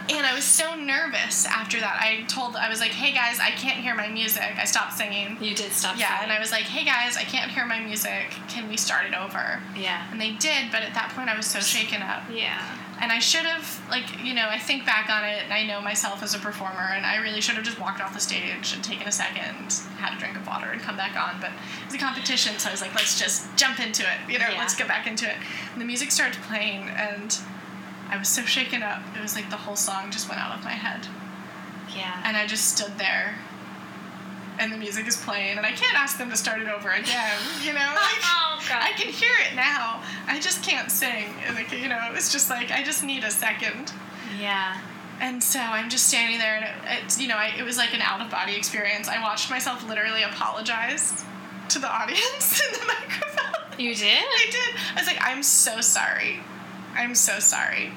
B: and I was so nervous after that. I told, I was like, hey guys, I can't hear my music. I stopped singing.
A: You did stop.
B: Yeah, and
A: singing.
B: I was like, hey guys, I can't hear my music. Can we start it over?
A: Yeah.
B: And they did, but at that point I was so shaken up.
A: Yeah.
B: And I should have, like, you know, I think back on it and I know myself as a performer, and I really should have just walked off the stage and taken a second, had a drink of water, and come back on. But it was a competition, so I was like, let's just jump into it, you know,
A: Yeah.
B: let's get back into it. And the music started playing, and I was so shaken up. It was like the whole song just went out of my head.
A: Yeah.
B: And I just stood there, and the music is playing, and I can't ask them to start it over again, you know? Like,
A: oh
B: I can hear it now. I just can't sing. Like, you know, it's just like I just need a second.
A: Yeah.
B: And so I'm just standing there, and it, it's you know, I, it was like an out of body experience. I watched myself literally apologize to the audience in the microphone.
A: You did.
B: I did. I was like, I'm so sorry. I'm so sorry.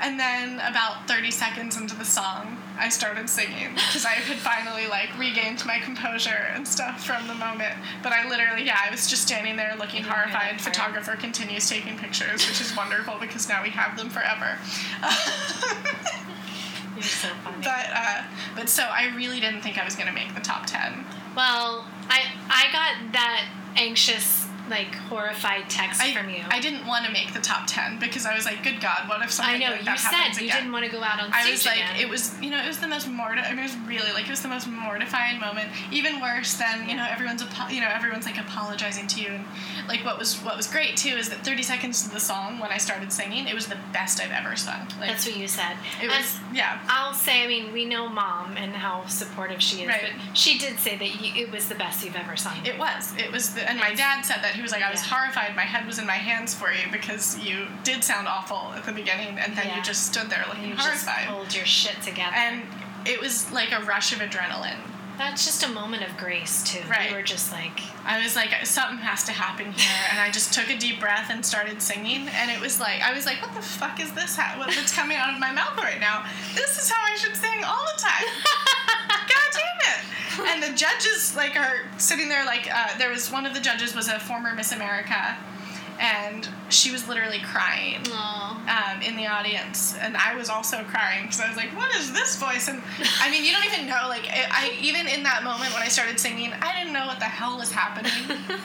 B: And then about 30 seconds into the song, I started singing because I had finally like regained my composure and stuff from the moment. But I literally, yeah, I was just standing there
A: You
B: looking
A: didn't hear that
B: horrified.
A: part.
B: Photographer continues taking pictures, which is wonderful because now we have them forever.
A: You're so funny.
B: but uh, but so I really didn't think I was gonna make the top 10.
A: well, I I got that anxious, like horrified text
B: I,
A: from you.
B: I didn't want to make the top 10 because I was like, good God, what if something
A: I know
B: like
A: you
B: that happens
A: said you
B: again?
A: didn't want to go out on stage
B: I was like,
A: again.
B: it was, you know, it was the most morti. I mean, it was really like it was the most mortifying moment. Even worse than you know, everyone's, apo- you know, everyone's like apologizing to you, and like what was what was great too is that thirty seconds to the song when I started singing, it was the best I've ever sung. Like,
A: That's what you said.
B: it
A: And
B: was. Yeah,
A: I'll say, I mean, we know mom and how supportive she is,
B: Right.
A: but she did say that you, it was the best you've ever sung.
B: it was. It was. The, and my dad said that he was like, I was
A: Yeah.
B: horrified. My head was in my hands for you because you did sound awful at the beginning, and then
A: Yeah.
B: you just stood there looking
A: you just
B: horrified.
A: hold your shit together.
B: and it was like a rush of adrenaline.
A: That's just a moment of grace, too.
B: Right.
A: You were just like,
B: I was like, something has to happen here, and I just took a deep breath and started singing, and it was like, I was like, what the fuck is this? Ha- what- what's coming out of my mouth right now? This is how I should sing all the time. God damn it! And the judges like are sitting there like, uh, there was one of the judges was a former Miss America, and she was literally crying
A: oh,
B: um, in the audience, and I was also crying because I was like, "What is this voice?" And I mean, you don't even know. Like, I, I even in that moment when I started singing, I didn't know what the hell was happening.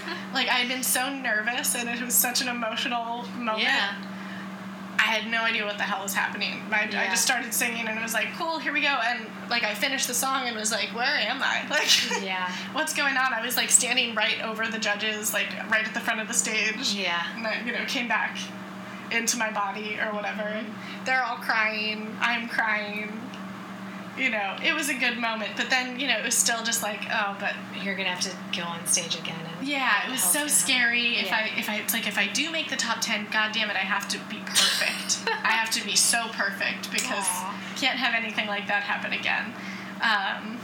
B: like, I had been so nervous, and it was such an emotional moment.
A: yeah.
B: I had no idea what the hell was happening. I, I
A: Yeah.
B: just started singing, and it was like, "Cool, here we go." And like, I finished the song and was like, "Where am I?" Like,
A: Yeah.
B: what's going on? I was like standing right over the judges, like right at the front of the stage
A: Yeah.
B: and I, you know, came back into my body or whatever. And they're all crying. I'm crying. You know, it was a good moment, but then you know, it was still just like, oh, but
A: You're going to have to go on stage again. And
B: yeah, it was so scary. If
A: Yeah.
B: I, if I, it's like if I do make the top ten, god damn it, I have to be perfect. I have to be so perfect because
A: Aw.
B: can't have anything like that happen again. Um,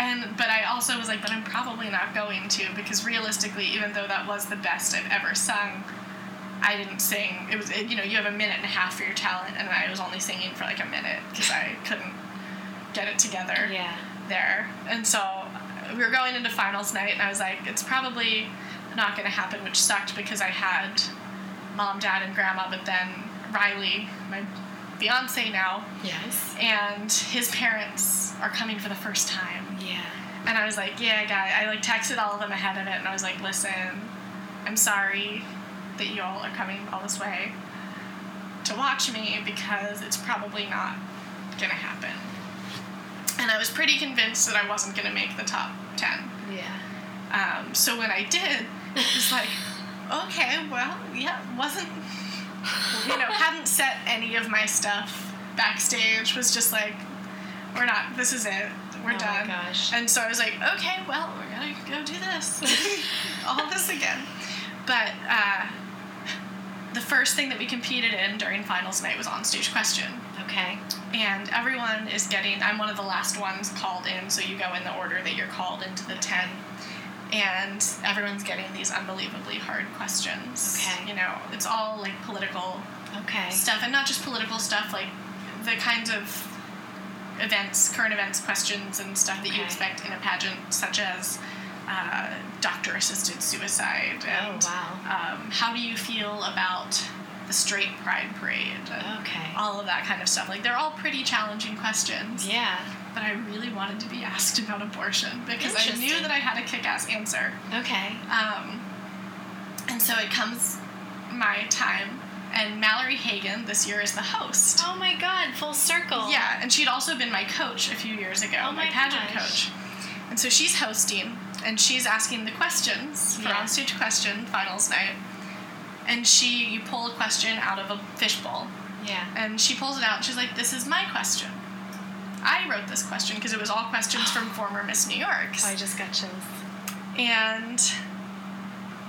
B: and but I also was like, but I'm probably not going to because realistically, even though that was the best I've ever sung, I didn't sing. It was it, you know you have a minute and a half for your talent, and I was only singing for like a minute because I couldn't get it together
A: Yeah.
B: there. And so we were going into finals night, and I was like, it's probably not going to happen, which sucked because I had mom, dad, and grandma, but then Riley, my fiance now,
A: Yes.
B: and his parents are coming for the first time.
A: Yeah.
B: And I was like, yeah, guy. I like texted all of them ahead of it, and I was like, listen, I'm sorry that you all are coming all this way to watch me because it's probably not gonna happen. And I was pretty convinced that I wasn't gonna make the top ten.
A: Yeah.
B: Um, so when I did, it was like, okay, well, yeah, wasn't, you know, hadn't set any of my stuff backstage was just like, we're not, this is it, we're
A: Oh my
B: done.
A: gosh.
B: And so I was like, okay, well, we're gonna go do this, all this again. But uh, the first thing that we competed in during finals night was on stage question.
A: Okay.
B: And everyone is getting, I'm one of the last ones called in, so you go in the order that you're called into the 10. And everyone's getting these unbelievably hard questions.
A: Okay.
B: You know, it's all like political
A: Okay.
B: stuff, and not just political stuff, like the kinds of events, current events, questions, and stuff that
A: Okay.
B: you expect in a pageant, such as uh, doctor assisted suicide
A: Oh
B: and
A: wow.
B: um, how do you feel about the straight pride parade and
A: Okay.
B: all of that kind of stuff. Like they're all pretty challenging questions,
A: Yeah.
B: but I really wanted to be asked about abortion because I knew
A: Interesting.
B: that I had a kick-ass answer.
A: Okay.
B: Um, and so it comes my time, and Mallory Hagan this year is the host.
A: Oh my God! Full circle.
B: Yeah, and she'd also been my coach a few years ago,
A: Oh
B: my,
A: my
B: pageant
A: gosh.
B: coach. And so she's hosting, and she's asking the questions for
A: Yeah.
B: onstage question finals night. And she, you pull a question out of a fishbowl,
A: Yeah.
B: and she pulls it out. And she's like, "This is my question. I wrote this question because it was all questions from former Miss New Yorks."
A: Oh, I just got chills.
B: And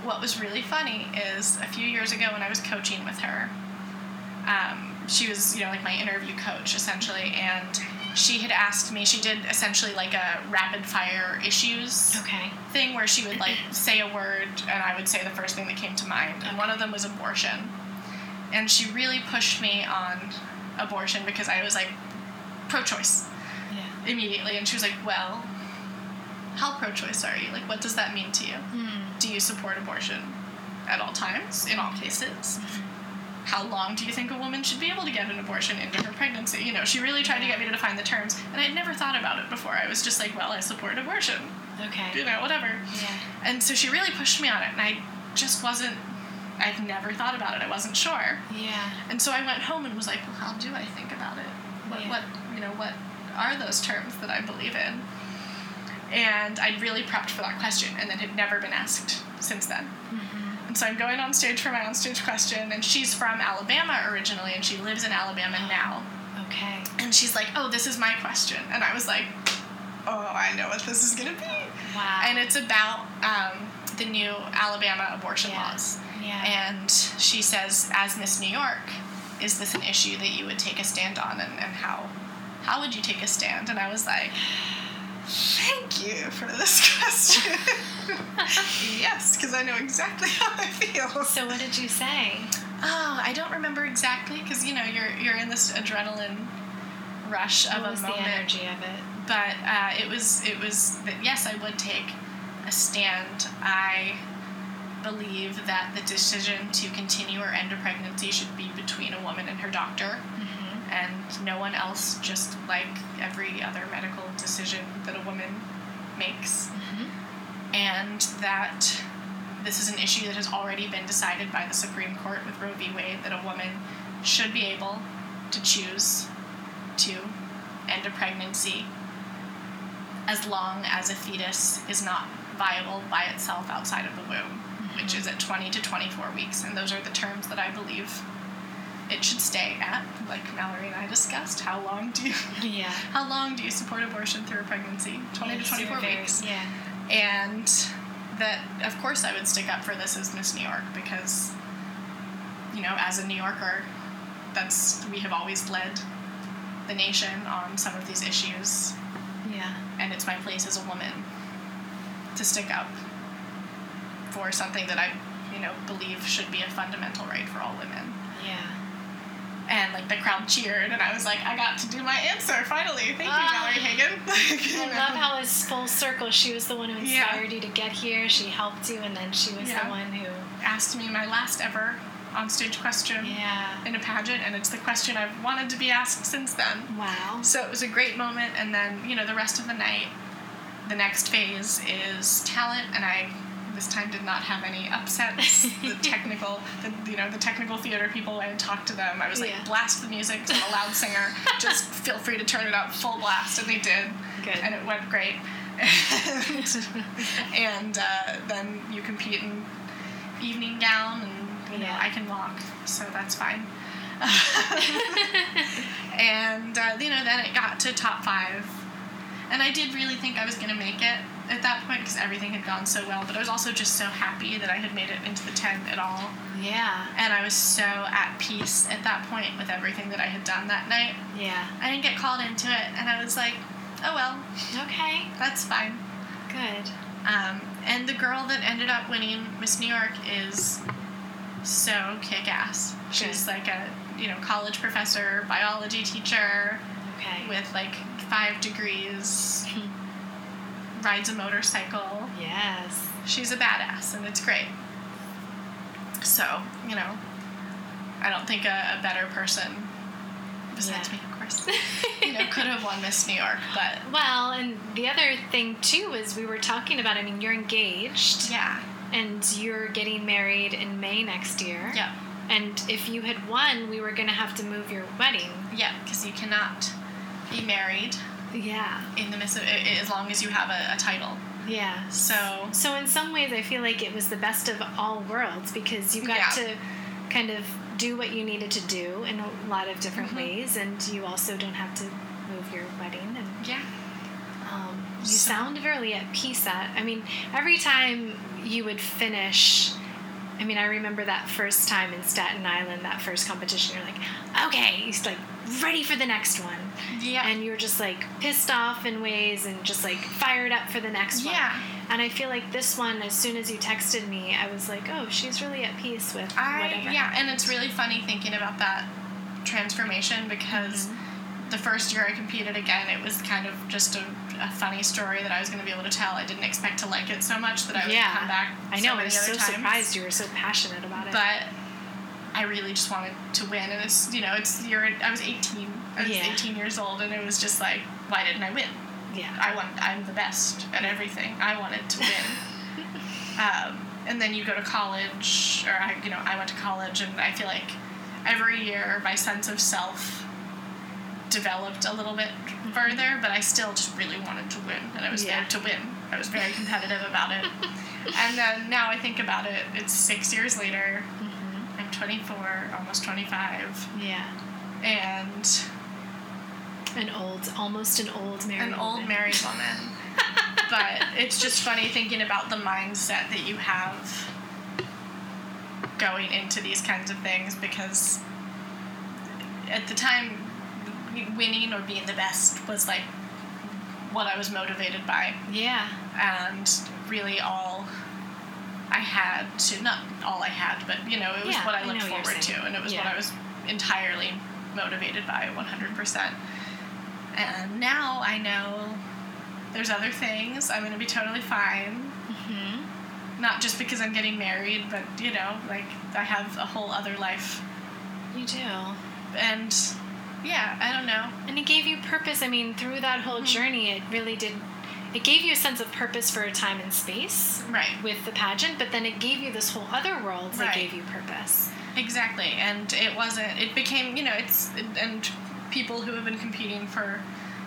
B: what was really funny is a few years ago when I was coaching with her, um, she was, you know, like my interview coach essentially, and she had asked me, she did essentially like a rapid fire issues
A: Okay.
B: thing where she would like say a word and I would say the first thing that came to mind. And one of them was abortion. And she really pushed me on abortion because I was like pro choice
A: Yeah.
B: immediately. And she was like, well, how pro choice are you? Like, what does that mean to you?
A: Hmm.
B: Do you support abortion at all times, in all cases? How long do you think a woman should be able to get an abortion into her pregnancy? You know, she really tried to get me to define the terms, and I'd never thought about it before. I was just like, well, I support abortion, you
A: Okay.
B: know, whatever.
A: Yeah.
B: And so she really pushed me on it, and I just wasn't, I've never thought about it, I wasn't sure.
A: Yeah.
B: And so I went home and was like, well, how do I think about it? What,
A: Yeah.
B: what you know, what are those terms that I believe in? And I'd really prepped for that question and then had never been asked since then. And so I'm going on stage for my on stage question, and she's from Alabama originally, and she lives in Alabama now.
A: Okay.
B: And she's like, oh, this is my question. And I was like, oh, I know what this is going to be.
A: Wow.
B: And it's about um, the new Alabama abortion
A: Yeah.
B: laws.
A: yeah.
B: And she says, as Miss New York, is this an issue that you would take a stand on and, and how how would you take a stand? And I was like, Thank you for this question. yes, because I know exactly how I feel.
A: so what did you say?
B: Oh, I don't remember exactly because you know you're you're in this adrenaline rush of
A: what
B: a
A: was
B: moment
A: the energy of it?
B: but uh, it was it was that yes, I would take a stand. I believe that the decision to continue or end a pregnancy should be between a woman and her doctor,
A: Mm-hmm.
B: and no one else. Just like every other medical decision that a woman makes,
A: Mm-hmm.
B: and that this is an issue that has already been decided by the Supreme Court with Roe v. Wade that a woman should be able to choose to end a pregnancy as long as a fetus is not viable by itself outside of the womb, which is at 20 to 24 weeks. And those are the terms that I believe it should stay at, like Mallory and I discussed. How long do you,
A: Yeah.
B: how long do you support abortion through a pregnancy? 20 to
A: It's
B: 24
A: very-
B: weeks
A: Yeah.
B: and that of course I would stick up for this as Miss New York because you know as a New Yorker that's we have always led the nation on some of these issues
A: Yeah.
B: and it's my place as a woman to stick up for something that I you know believe should be a fundamental right for all women
A: Yeah.
B: and like the crowd cheered and I was like I got to do my answer finally thank you
A: Ah.
B: Mallory Hagan Like, you
A: I
B: know.
A: love how it's full circle. She was the one who
B: Yeah.
A: inspired you to get here. She helped you, and then she was
B: Yeah.
A: the one who.
B: asked me my last ever onstage question
A: Yeah.
B: in a pageant, and it's the question I've wanted to be asked since then.
A: Wow.
B: So it was a great moment, and then, you know, the rest of the night, the next phase is talent, and I this time did not have any upsets. the technical, the, you know, the technical theater people, I had talked to them. I was like,
A: Yeah.
B: blast the music, 'cause I'm a loud singer. Just feel free to turn it up full blast, and they did
A: Good.
B: and it went great. and uh, then you compete in evening gown, and you know
A: Yeah.
B: I can walk, so that's fine. and uh, you know, then it got to top five, and I did really think I was gonna make it at that point because everything had gone so well. But I was also just so happy that I had made it into the ten at all,
A: Yeah.
B: and I was so at peace at that point with everything that I had done that night.
A: Yeah.
B: I didn't get called into it, and I was like, oh well,
A: Okay.
B: that's fine.
A: Good.
B: Um, and the girl that ended up winning Miss New York is so kick ass. She's like a you know college professor, biology teacher
A: Okay.
B: with like five degrees. rides a motorcycle.
A: yes.
B: She's a badass, and it's great. So you know, I don't think a, a better person besides
A: Yeah.
B: me, of course. you know, could have won Miss New York, but
A: Well, and the other thing too is we were talking about. I mean, you're engaged,
B: yeah,
A: and you're getting married in May next year.
B: yeah.
A: And if you had won, we were gonna have to move your wedding.
B: Yeah, because you cannot be married
A: Yeah.
B: in the midst of i- as long as you have a, a title.
A: Yeah.
B: So
A: So in some ways, I feel like it was the best of all worlds because you got
B: Yeah.
A: to kind of do what you needed to do in a lot of different ways, and you also don't have to move your wedding. And
B: yeah,
A: um, you
B: So-
A: sound very at peace. At I mean, every time you would finish. I mean, I remember that first time in Staten Island, that first competition. You're like, okay, you're like ready for the next one,
B: yeah,
A: and you're just like pissed off in ways, and just like fired up for the next one.
B: yeah.
A: And I feel like this one, as soon as you texted me, I was like, oh, she's really at peace with
B: I
A: whatever.
B: yeah, and it's really funny thinking about that transformation because
A: Mm-hmm.
B: the first year I competed again, it was kind of just a, a funny story that I was going to be able to tell. I didn't expect to like it so much that I would
A: Yeah.
B: come back.
A: I
B: so
A: know, I
B: many
A: was
B: other
A: so
B: times.
A: surprised you were so passionate about it.
B: but I really just wanted to win. And it's you know, it's you're I was 18, I was
A: Yeah.
B: 18 years old, and it was just like, why didn't I win?
A: yeah.
B: I want I'm the best at everything. I wanted to win. um, and then you go to college, or I, you know, I went to college, and I feel like every year my sense of self developed a little bit further, but I still just really wanted to win, and I was
A: Yeah.
B: there to win. I was very competitive about it. and then now I think about it, it's six years later. I'm 24, almost 25,
A: Yeah.
B: and
A: An old, almost an old married
B: an old
A: woman.
B: married woman. but it's just funny thinking about the mindset that you have going into these kinds of things because at the time, winning or being the best was like what I was motivated by,
A: Yeah.
B: and really all I had to not all I had, but you know, it was
A: Yeah,
B: what I
A: I
B: looked
A: know what you're
B: forward
A: saying.
B: to, and it was
A: Yeah.
B: what I was entirely motivated by 100%. And now I know there's other things. I'm going to be totally fine.
A: Mm-hmm.
B: Not just because I'm getting married, but you know, like I have a whole other life.
A: You do.
B: And yeah, I don't know.
A: And it gave you purpose. I mean, through that whole
B: Mm-hmm.
A: journey, it really did. It gave you a sense of purpose for a time and space
B: Right.
A: with the pageant, but then it gave you this whole other world that
B: Right.
A: gave you purpose.
B: Exactly. And it wasn't, it became, you know, it's, and people who have been competing for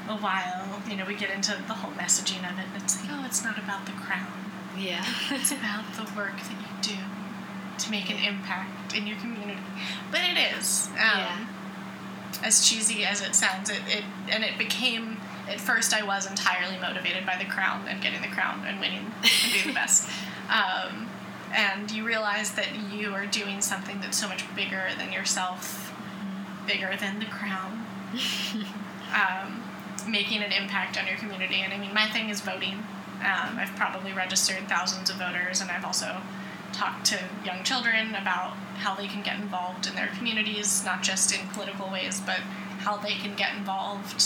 B: a while, you know, we get into the whole messaging of it. and It's like, oh, it's not about the crown.
A: Yeah.
B: It's about the work that you do to make an impact in your community. But it is. Um,
A: Yeah.
B: As cheesy as it sounds, it, it and it became. At first, I was entirely motivated by the crown and getting the crown and winning and being the best. Um, and you realize that you are doing something that's so much bigger than yourself, bigger than the crown. um, making an impact on your community. And I mean, my thing is voting. Um, I've probably registered thousands of voters, and I've also talked to young children about how they can get involved in their communities, not just in political ways, but how they can get involved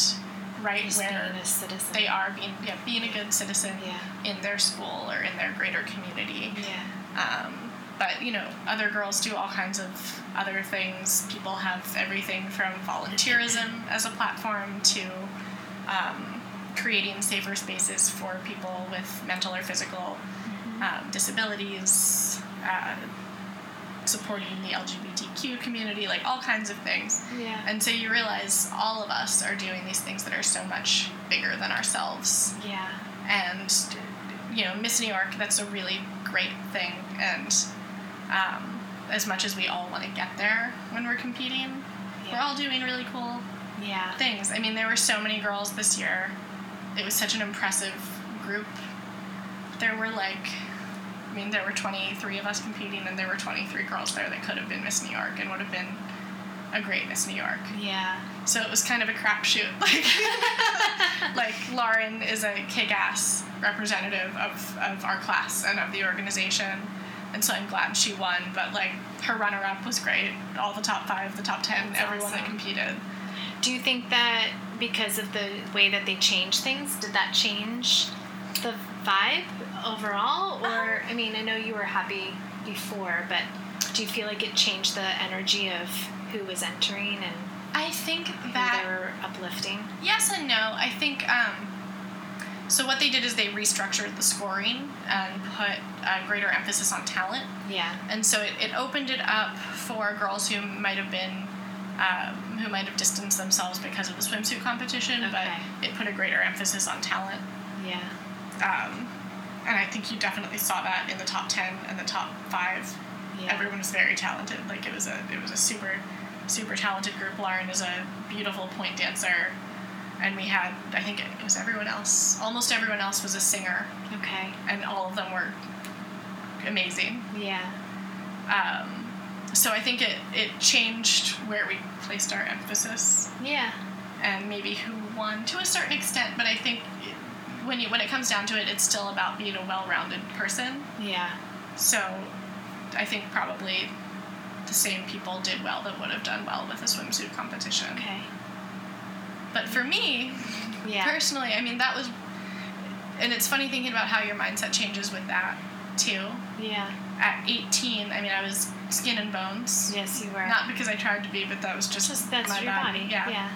B: right
A: Just being
B: where
A: a citizen.
B: they are being yeah, being a good citizen
A: Yeah.
B: in their school or in their greater community.
A: Yeah.
B: Um, but you know, other girls do all kinds of other things. People have everything from volunteerism as a platform to um, creating safer spaces for people with mental or physical um, disabilities, uh, supporting the LGBTQ community, like all kinds of things.
A: Yeah.
B: And so you realize all of us are doing these things that are so much bigger than ourselves
A: yeah.
B: and you know miss new york that's a really great thing and um, as much as we all want to get there when we're competing We're all doing really cool
A: Yeah.
B: things. I mean, there were so many girls this year. It was such an impressive group. There were like, I mean, there were 23 of us competing, and there were 23 girls there that could have been Miss New York and would have been a great Miss New York.
A: Yeah.
B: So it was kind of a crapshoot. Like, like Lauren is a kick-ass representative of, of our class and of the organization, and so I'm glad she won. But like her runner-up was great. All the top five, the top ten,
A: That's
B: everyone that
A: awesome.
B: competed.
A: Do you think that because of the way that they changed things, did that change the vibe overall? Or,
B: Um,
A: I mean, I know you were happy before, but do you feel like it changed the energy of who was entering and
B: I think
A: who
B: that
A: they were uplifting?
B: Yes and no. I think um, so. What they did is they restructured the scoring and put a greater emphasis on talent,
A: Yeah.
B: and so it, it opened it up for girls who might have been um, who might have distanced themselves because of the swimsuit competition, but
A: Okay.
B: it put a greater emphasis on talent.
A: Yeah.
B: Um, and I think you definitely saw that in the top ten and the top five
A: Yeah.
B: everyone was very talented. Like it was a it was a super super talented group. Lauren is a beautiful point dancer, and we had I think it was everyone else. Almost everyone else was a singer,
A: Okay.
B: and all of them were amazing.
A: Yeah.
B: Um, so I think it it changed where we placed our emphasis
A: Yeah.
B: and maybe who won to a certain extent. But I think. It, when you when it comes down to it, it's still about being a well-rounded person.
A: Yeah.
B: So I think probably the same people did well that would have done well with a swimsuit competition.
A: Okay.
B: But for me,
A: Yeah.
B: personally, I mean, that was. And it's funny thinking about how your mindset changes with that, too.
A: yeah.
B: At 18, I mean, I was skin and bones.
A: Yes, you were.
B: Not because I tried to be, but that was just,
A: just that's
B: my
A: your body.
B: Yeah.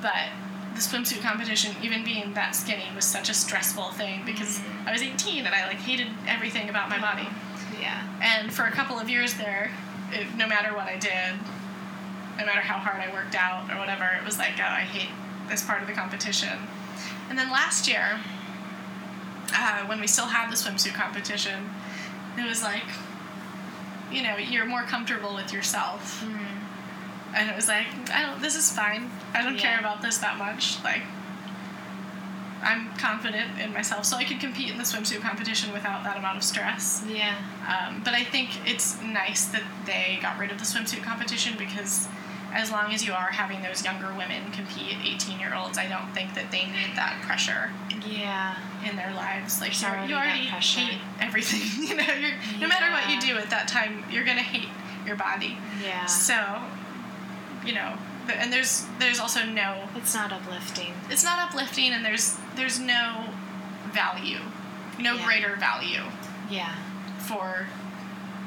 B: But the swimsuit competition, even being that skinny, was such a stressful thing because
A: Mm.
B: I was 18 and I like hated everything about my body.
A: Yeah. Yeah.
B: And for a couple of years there, it, no matter what I did, no matter how hard I worked out or whatever, it was like, oh, I hate this part of the competition. And then last year, uh, when we still had the swimsuit competition, it was like, you know, you're more comfortable with yourself. And it was like, I don't, this is fine. I don't care
A: Yeah.
B: about this that much. Like, I'm confident in myself. So I could compete in the swimsuit competition without that amount of stress.
A: Yeah.
B: Um, but I think it's nice that they got rid of the swimsuit competition because as long as you are having those younger women compete, 18 year olds, I don't think that they need that pressure
A: Yeah.
B: in their lives. Like,
A: There's
B: you're,
A: already
B: you
A: that
B: already
A: pressure.
B: hate everything. You know, you're, no matter what you
A: Yeah.
B: do at that time, you're going to hate your body.
A: Yeah.
B: So, you know, th- and there's there's also no
A: It's not uplifting.
B: it's not uplifting and there's there's no value no
A: Yeah.
B: greater value
A: Yeah.
B: for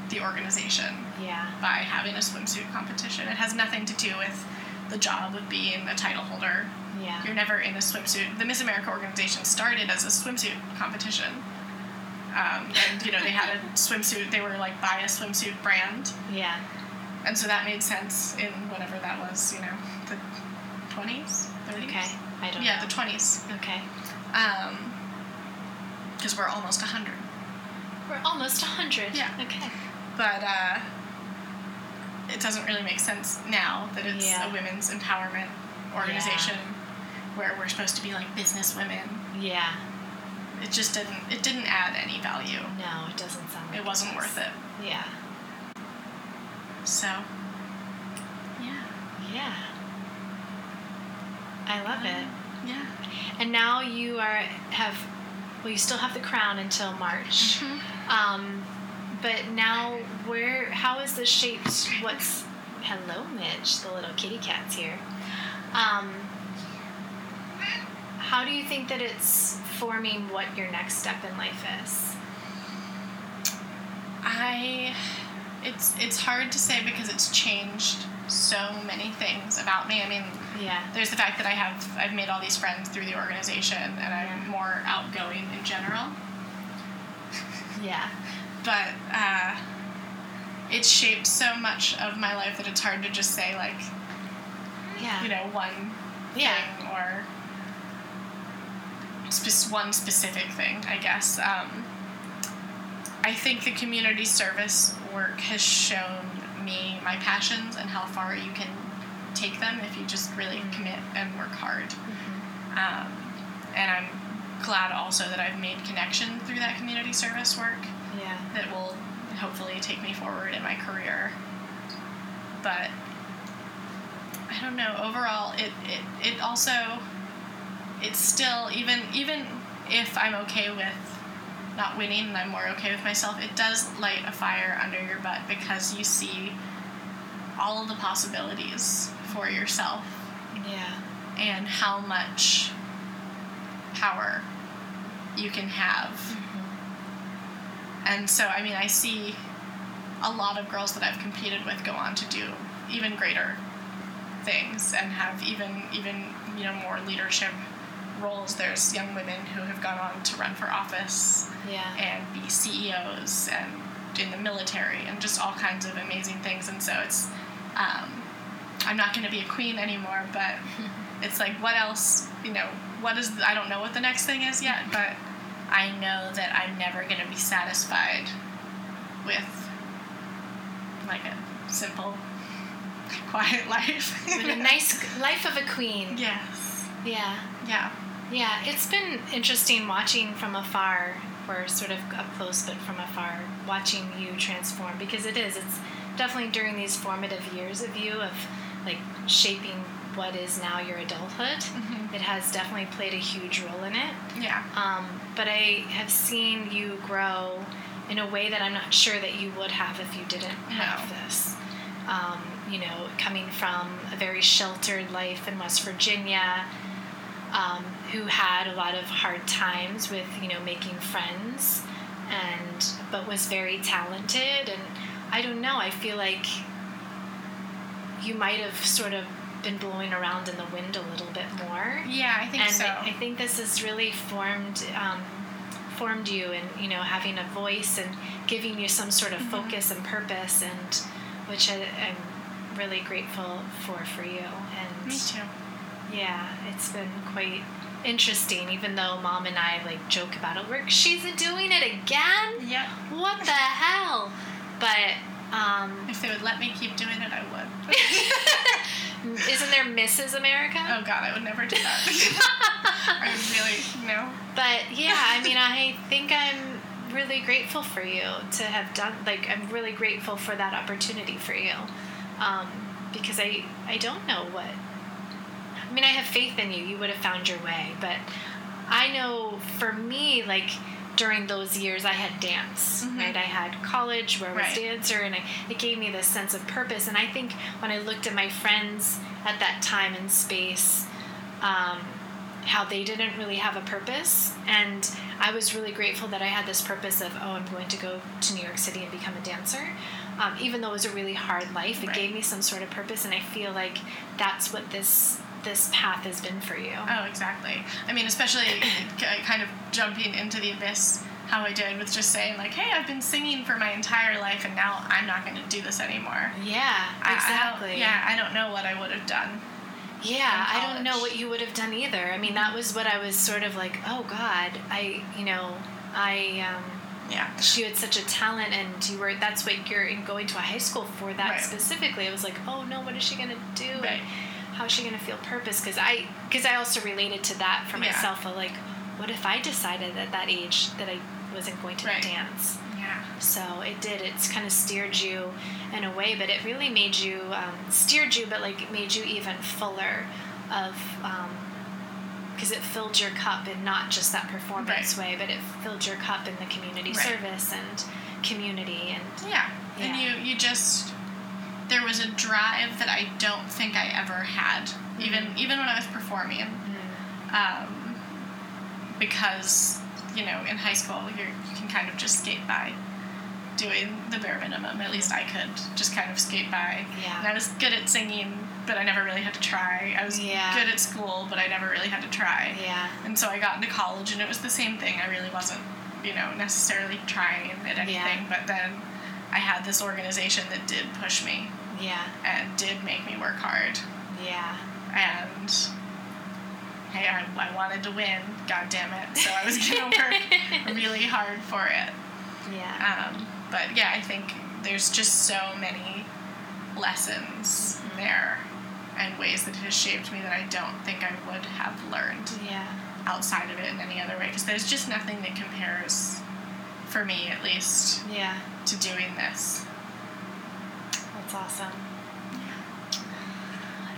B: the organization
A: Yeah.
B: by having a swimsuit competition. It has nothing to do with the job of being a title holder.
A: Yeah.
B: You're never in a swimsuit. The Miss America organization started as a swimsuit competition. Um, and, you know, they had a swimsuit, they were like by a swimsuit brand.
A: yeah.
B: And so that made sense in whatever that was, you know, the 20s? 30s?
A: Okay. I don't
B: Yeah,
A: know.
B: the 20s.
A: okay.
B: Because we're almost 100.
A: We're almost 100.
B: Yeah.
A: Okay.
B: but uh, it doesn't really make sense now that it's
A: Yeah.
B: a women's empowerment organization where we're supposed to be like business women.
A: Yeah.
B: It just didn't. It didn't add any value.
A: No, it doesn't sound like
B: It wasn't
A: does.
B: worth it.
A: Yeah.
B: So, yeah,
A: Yeah. I love it.
B: yeah.
A: And now you are have well you still have the crown until March. Um but now where how is this shaped what's hello Mitch, the little kitty cat's here. Um how do you think that it's forming what your next step in life is?
B: I. It's it's hard to say because it's changed so many things about me. I mean,
A: Yeah.
B: there's the fact that I have I've made all these friends through the organization, and I'm
A: Yeah.
B: more outgoing in general.
A: Yeah.
B: but uh, it shaped so much of my life that it's hard to just say like
A: Yeah.
B: you know one
A: yeah.
B: thing or spe- one specific thing i guess um, i think the community service work has shown me my passions and how far you can take them if you just really
A: Mhm.
B: commit and work hard.
A: Mm-hmm.
B: Um, and I'm glad also that I've made connection through that community service work
A: Yeah.
B: that will hopefully take me forward in my career. But I don't know. Overall, it it, it also it's still even even if I'm okay with not winning and I'm more okay with myself, it does light a fire under your butt because you see all of the possibilities for yourself
A: Yeah.
B: and how much power you can have. And so, I mean, I see a lot of girls that I've competed with go on to do even greater things and have even even you know more leadership roles. There's young women who have gone on to run for office
A: Yeah.
B: and be CEOs and in the military and just all kinds of amazing things. And so it's, um, I'm not going to be a queen anymore, but it's like, what else, you know, what is, I don't know what the next thing is yet, but I know that I'm never going to be satisfied with like a simple, quiet life.
A: With a nice life of a queen.
B: yes.
A: Yeah.
B: Yeah.
A: Yeah, it's been interesting watching from afar, or sort of up close but from afar, watching you transform because it is. It's definitely during these formative years of you, of like shaping what is now your adulthood.
B: Mhm.
A: It has definitely played a huge role in it.
B: Yeah.
A: Um, but I have seen you grow in a way that I'm not sure that you would have if you didn't have
B: No.
A: this. Um, you know, coming from a very sheltered life in West Virginia, um, who had a lot of hard times with you know making friends, and but was very talented. And I don't know. I feel like you might have sort of been blowing around in the wind a little bit more
B: Yeah, I think
A: and
B: so.
A: I, I think this has really formed um, formed you and you know having a voice and giving you some sort of
B: Mhm.
A: focus and purpose and which I, I'm really grateful for for you and
B: Me too.
A: yeah it's been quite interesting even though mom and I like joke about it we're she's doing it again
B: Yeah.
A: what the hell but um,
B: If they would let me keep doing it, I would.
A: isn't there Mrs. America
B: Oh God, I would never do that. I would really no.
A: But yeah, I mean, I think I'm really grateful for you to have done. Like, I'm really grateful for that opportunity for you, um, because I I don't know what. I mean, I have faith in you. You would have found your way, but I know for me, like during those years, I had dance.
B: Mhm.
A: Right, I had college where I was
B: Right.
A: dancer, and I, it gave me this sense of purpose. And I think when I looked at my friends at that time and space. Um, how they didn't really have a purpose and i was really grateful that i had this purpose of oh i'm going to go to new york city and become a dancer um, even though it was a really hard life it
B: Right.
A: gave me some sort of purpose and i feel like that's what this this path has been for you
B: Oh, exactly. I mean, especially k- kind of jumping into the abyss, how I did with just saying like, "Hey, I've been singing for my entire life, and now I'm not going to do this anymore."
A: yeah
B: I- I don't-
A: exactly
B: yeah, I don't know what I would have done.
A: Yeah,
B: in
A: I don't know
B: college.
A: what you would have done either. I mean, that was what I was sort of like, oh God, I, you know, I, um,
B: Yeah.
A: she had such a talent and you were, that's what you're in going to a high school for that
B: Right.
A: specifically. It was like, oh no, what is she going to do? And
B: Right.
A: How is she going to feel purpose? Because I, because I also related to that for
B: Yeah.
A: myself of like, what if I decided at that age that I wasn't going to
B: Right.
A: dance?
B: Yeah.
A: So it did. It's kind of steered you in a way, but it really made you um, steered you, but like it made you even fuller of because it filled your cup in not just that performance way, but it filled your cup in the community
B: Right.
A: service and community and
B: Yeah. And
A: Yeah.
B: you you just there was a drive that I don't think I ever had,
A: Mm-hmm.
B: even even when I was performing. um, because you know in high school you're, you can kind of just skate by doing the bare minimum at least i could just kind of skate by
A: Yeah.
B: and i was good at singing but i never really had to try i was
A: Yeah.
B: good at school but i never really had to try
A: yeah,
B: and so i got into college and it was the same thing i really wasn't you know necessarily trying at anything but then i had this organization that did push me
A: yeah,
B: and did make me work hard
A: yeah,
B: and hey, I, I wanted to win, god damn it. So I was gonna work really hard for it.
A: yeah,
B: Um, but yeah, I think there's just so many lessons there and ways that it has shaped me that I don't think I would have learned
A: Yeah.
B: outside of it in any other way. Because there's just nothing that compares, for me at least,
A: Yeah.
B: to doing this.
A: That's awesome.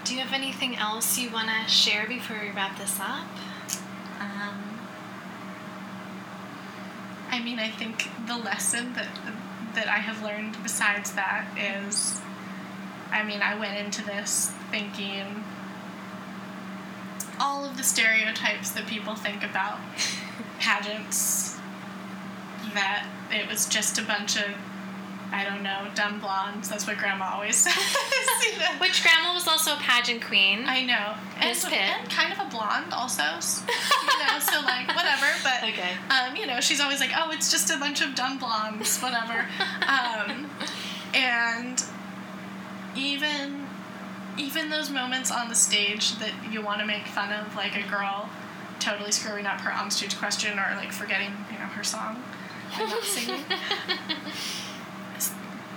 A: Do you have anything else you want to share before we wrap this up?
B: Um, I mean, I think the lesson that that I have learned besides that is, I mean, I went into this thinking all of the stereotypes that people think about pageants. That it was just a bunch of, I don't know, dumb blondes. That's what Grandma always says. you know?
A: Which grandma was also a pageant queen.
B: I know. And,
A: Miss Pitt.
B: and kind of a blonde also. s- You know, so like whatever, but
A: Okay.
B: um, you know, she's always like, Oh, it's just a bunch of dumb blondes, whatever. um, and even even those moments on the stage that you want to make fun of, like a girl totally screwing up her onstage question or like forgetting, you know, her song and not singing.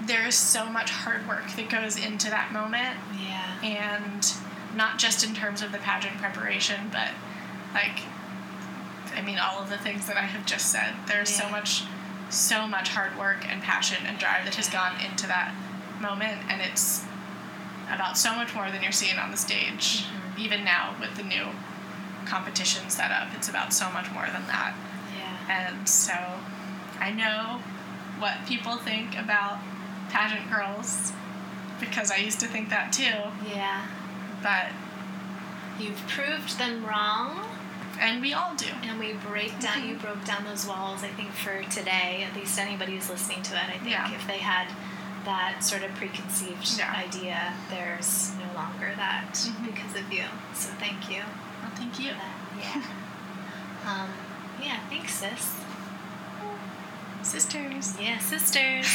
B: there is so much hard work that goes into that moment
A: yeah.
B: and not just in terms of the pageant preparation, but like, I mean, all of the things that I have just said. There's so
A: Yeah.
B: much, so much hard work and passion and drive that has gone into that moment, and it's about so much more than you're seeing on the stage. Even now with the new competition set up, it's about so much more than that.
A: Yeah.
B: And so I know what people think about pageant girls because I used to think that too
A: Yeah.
B: but
A: You've proved them wrong,
B: and we all do.
A: and we break down. You broke down those walls. I think for today, at least anybody who's listening to it, I think
B: Yeah.
A: if they had that sort of preconceived
B: Yeah.
A: idea, there's no longer that
B: Mhm.
A: because of you. So thank you.
B: Well, thank you.
A: for that. Yeah. um, yeah. Thanks, sis.
B: Sisters.
A: Yeah, sisters.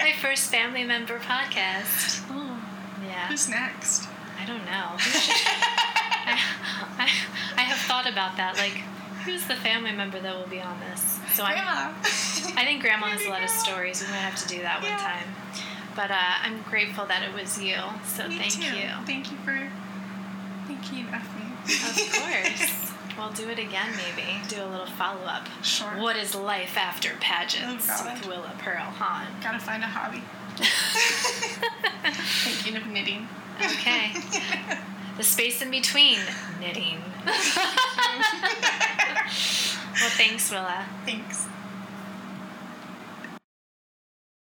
A: My first family member podcast.
B: Ooh,
A: Yeah.
B: who's next?
A: I don't know. Who should- I, I, I have thought about that. Like, who's the family member that will be on this? So I'm,
B: Grandma.
A: I think Grandma has a lot of
B: Grandma.
A: stories. We might have to do that one
B: Yeah.
A: time. But uh, I'm grateful that it was you. So
B: Me
A: thank
B: too.
A: you.
B: Thank you for thinking of
A: Of
B: me.
A: course. we'll do it again, maybe. Do a little follow up.
B: Sure.
A: What is life after pageants
B: Oh, God.
A: with Willa Pearl Hahn?
B: Gotta find a hobby. Thinking of knitting.
A: Okay. the space in between knitting. well, thanks, Willa.
B: Thanks.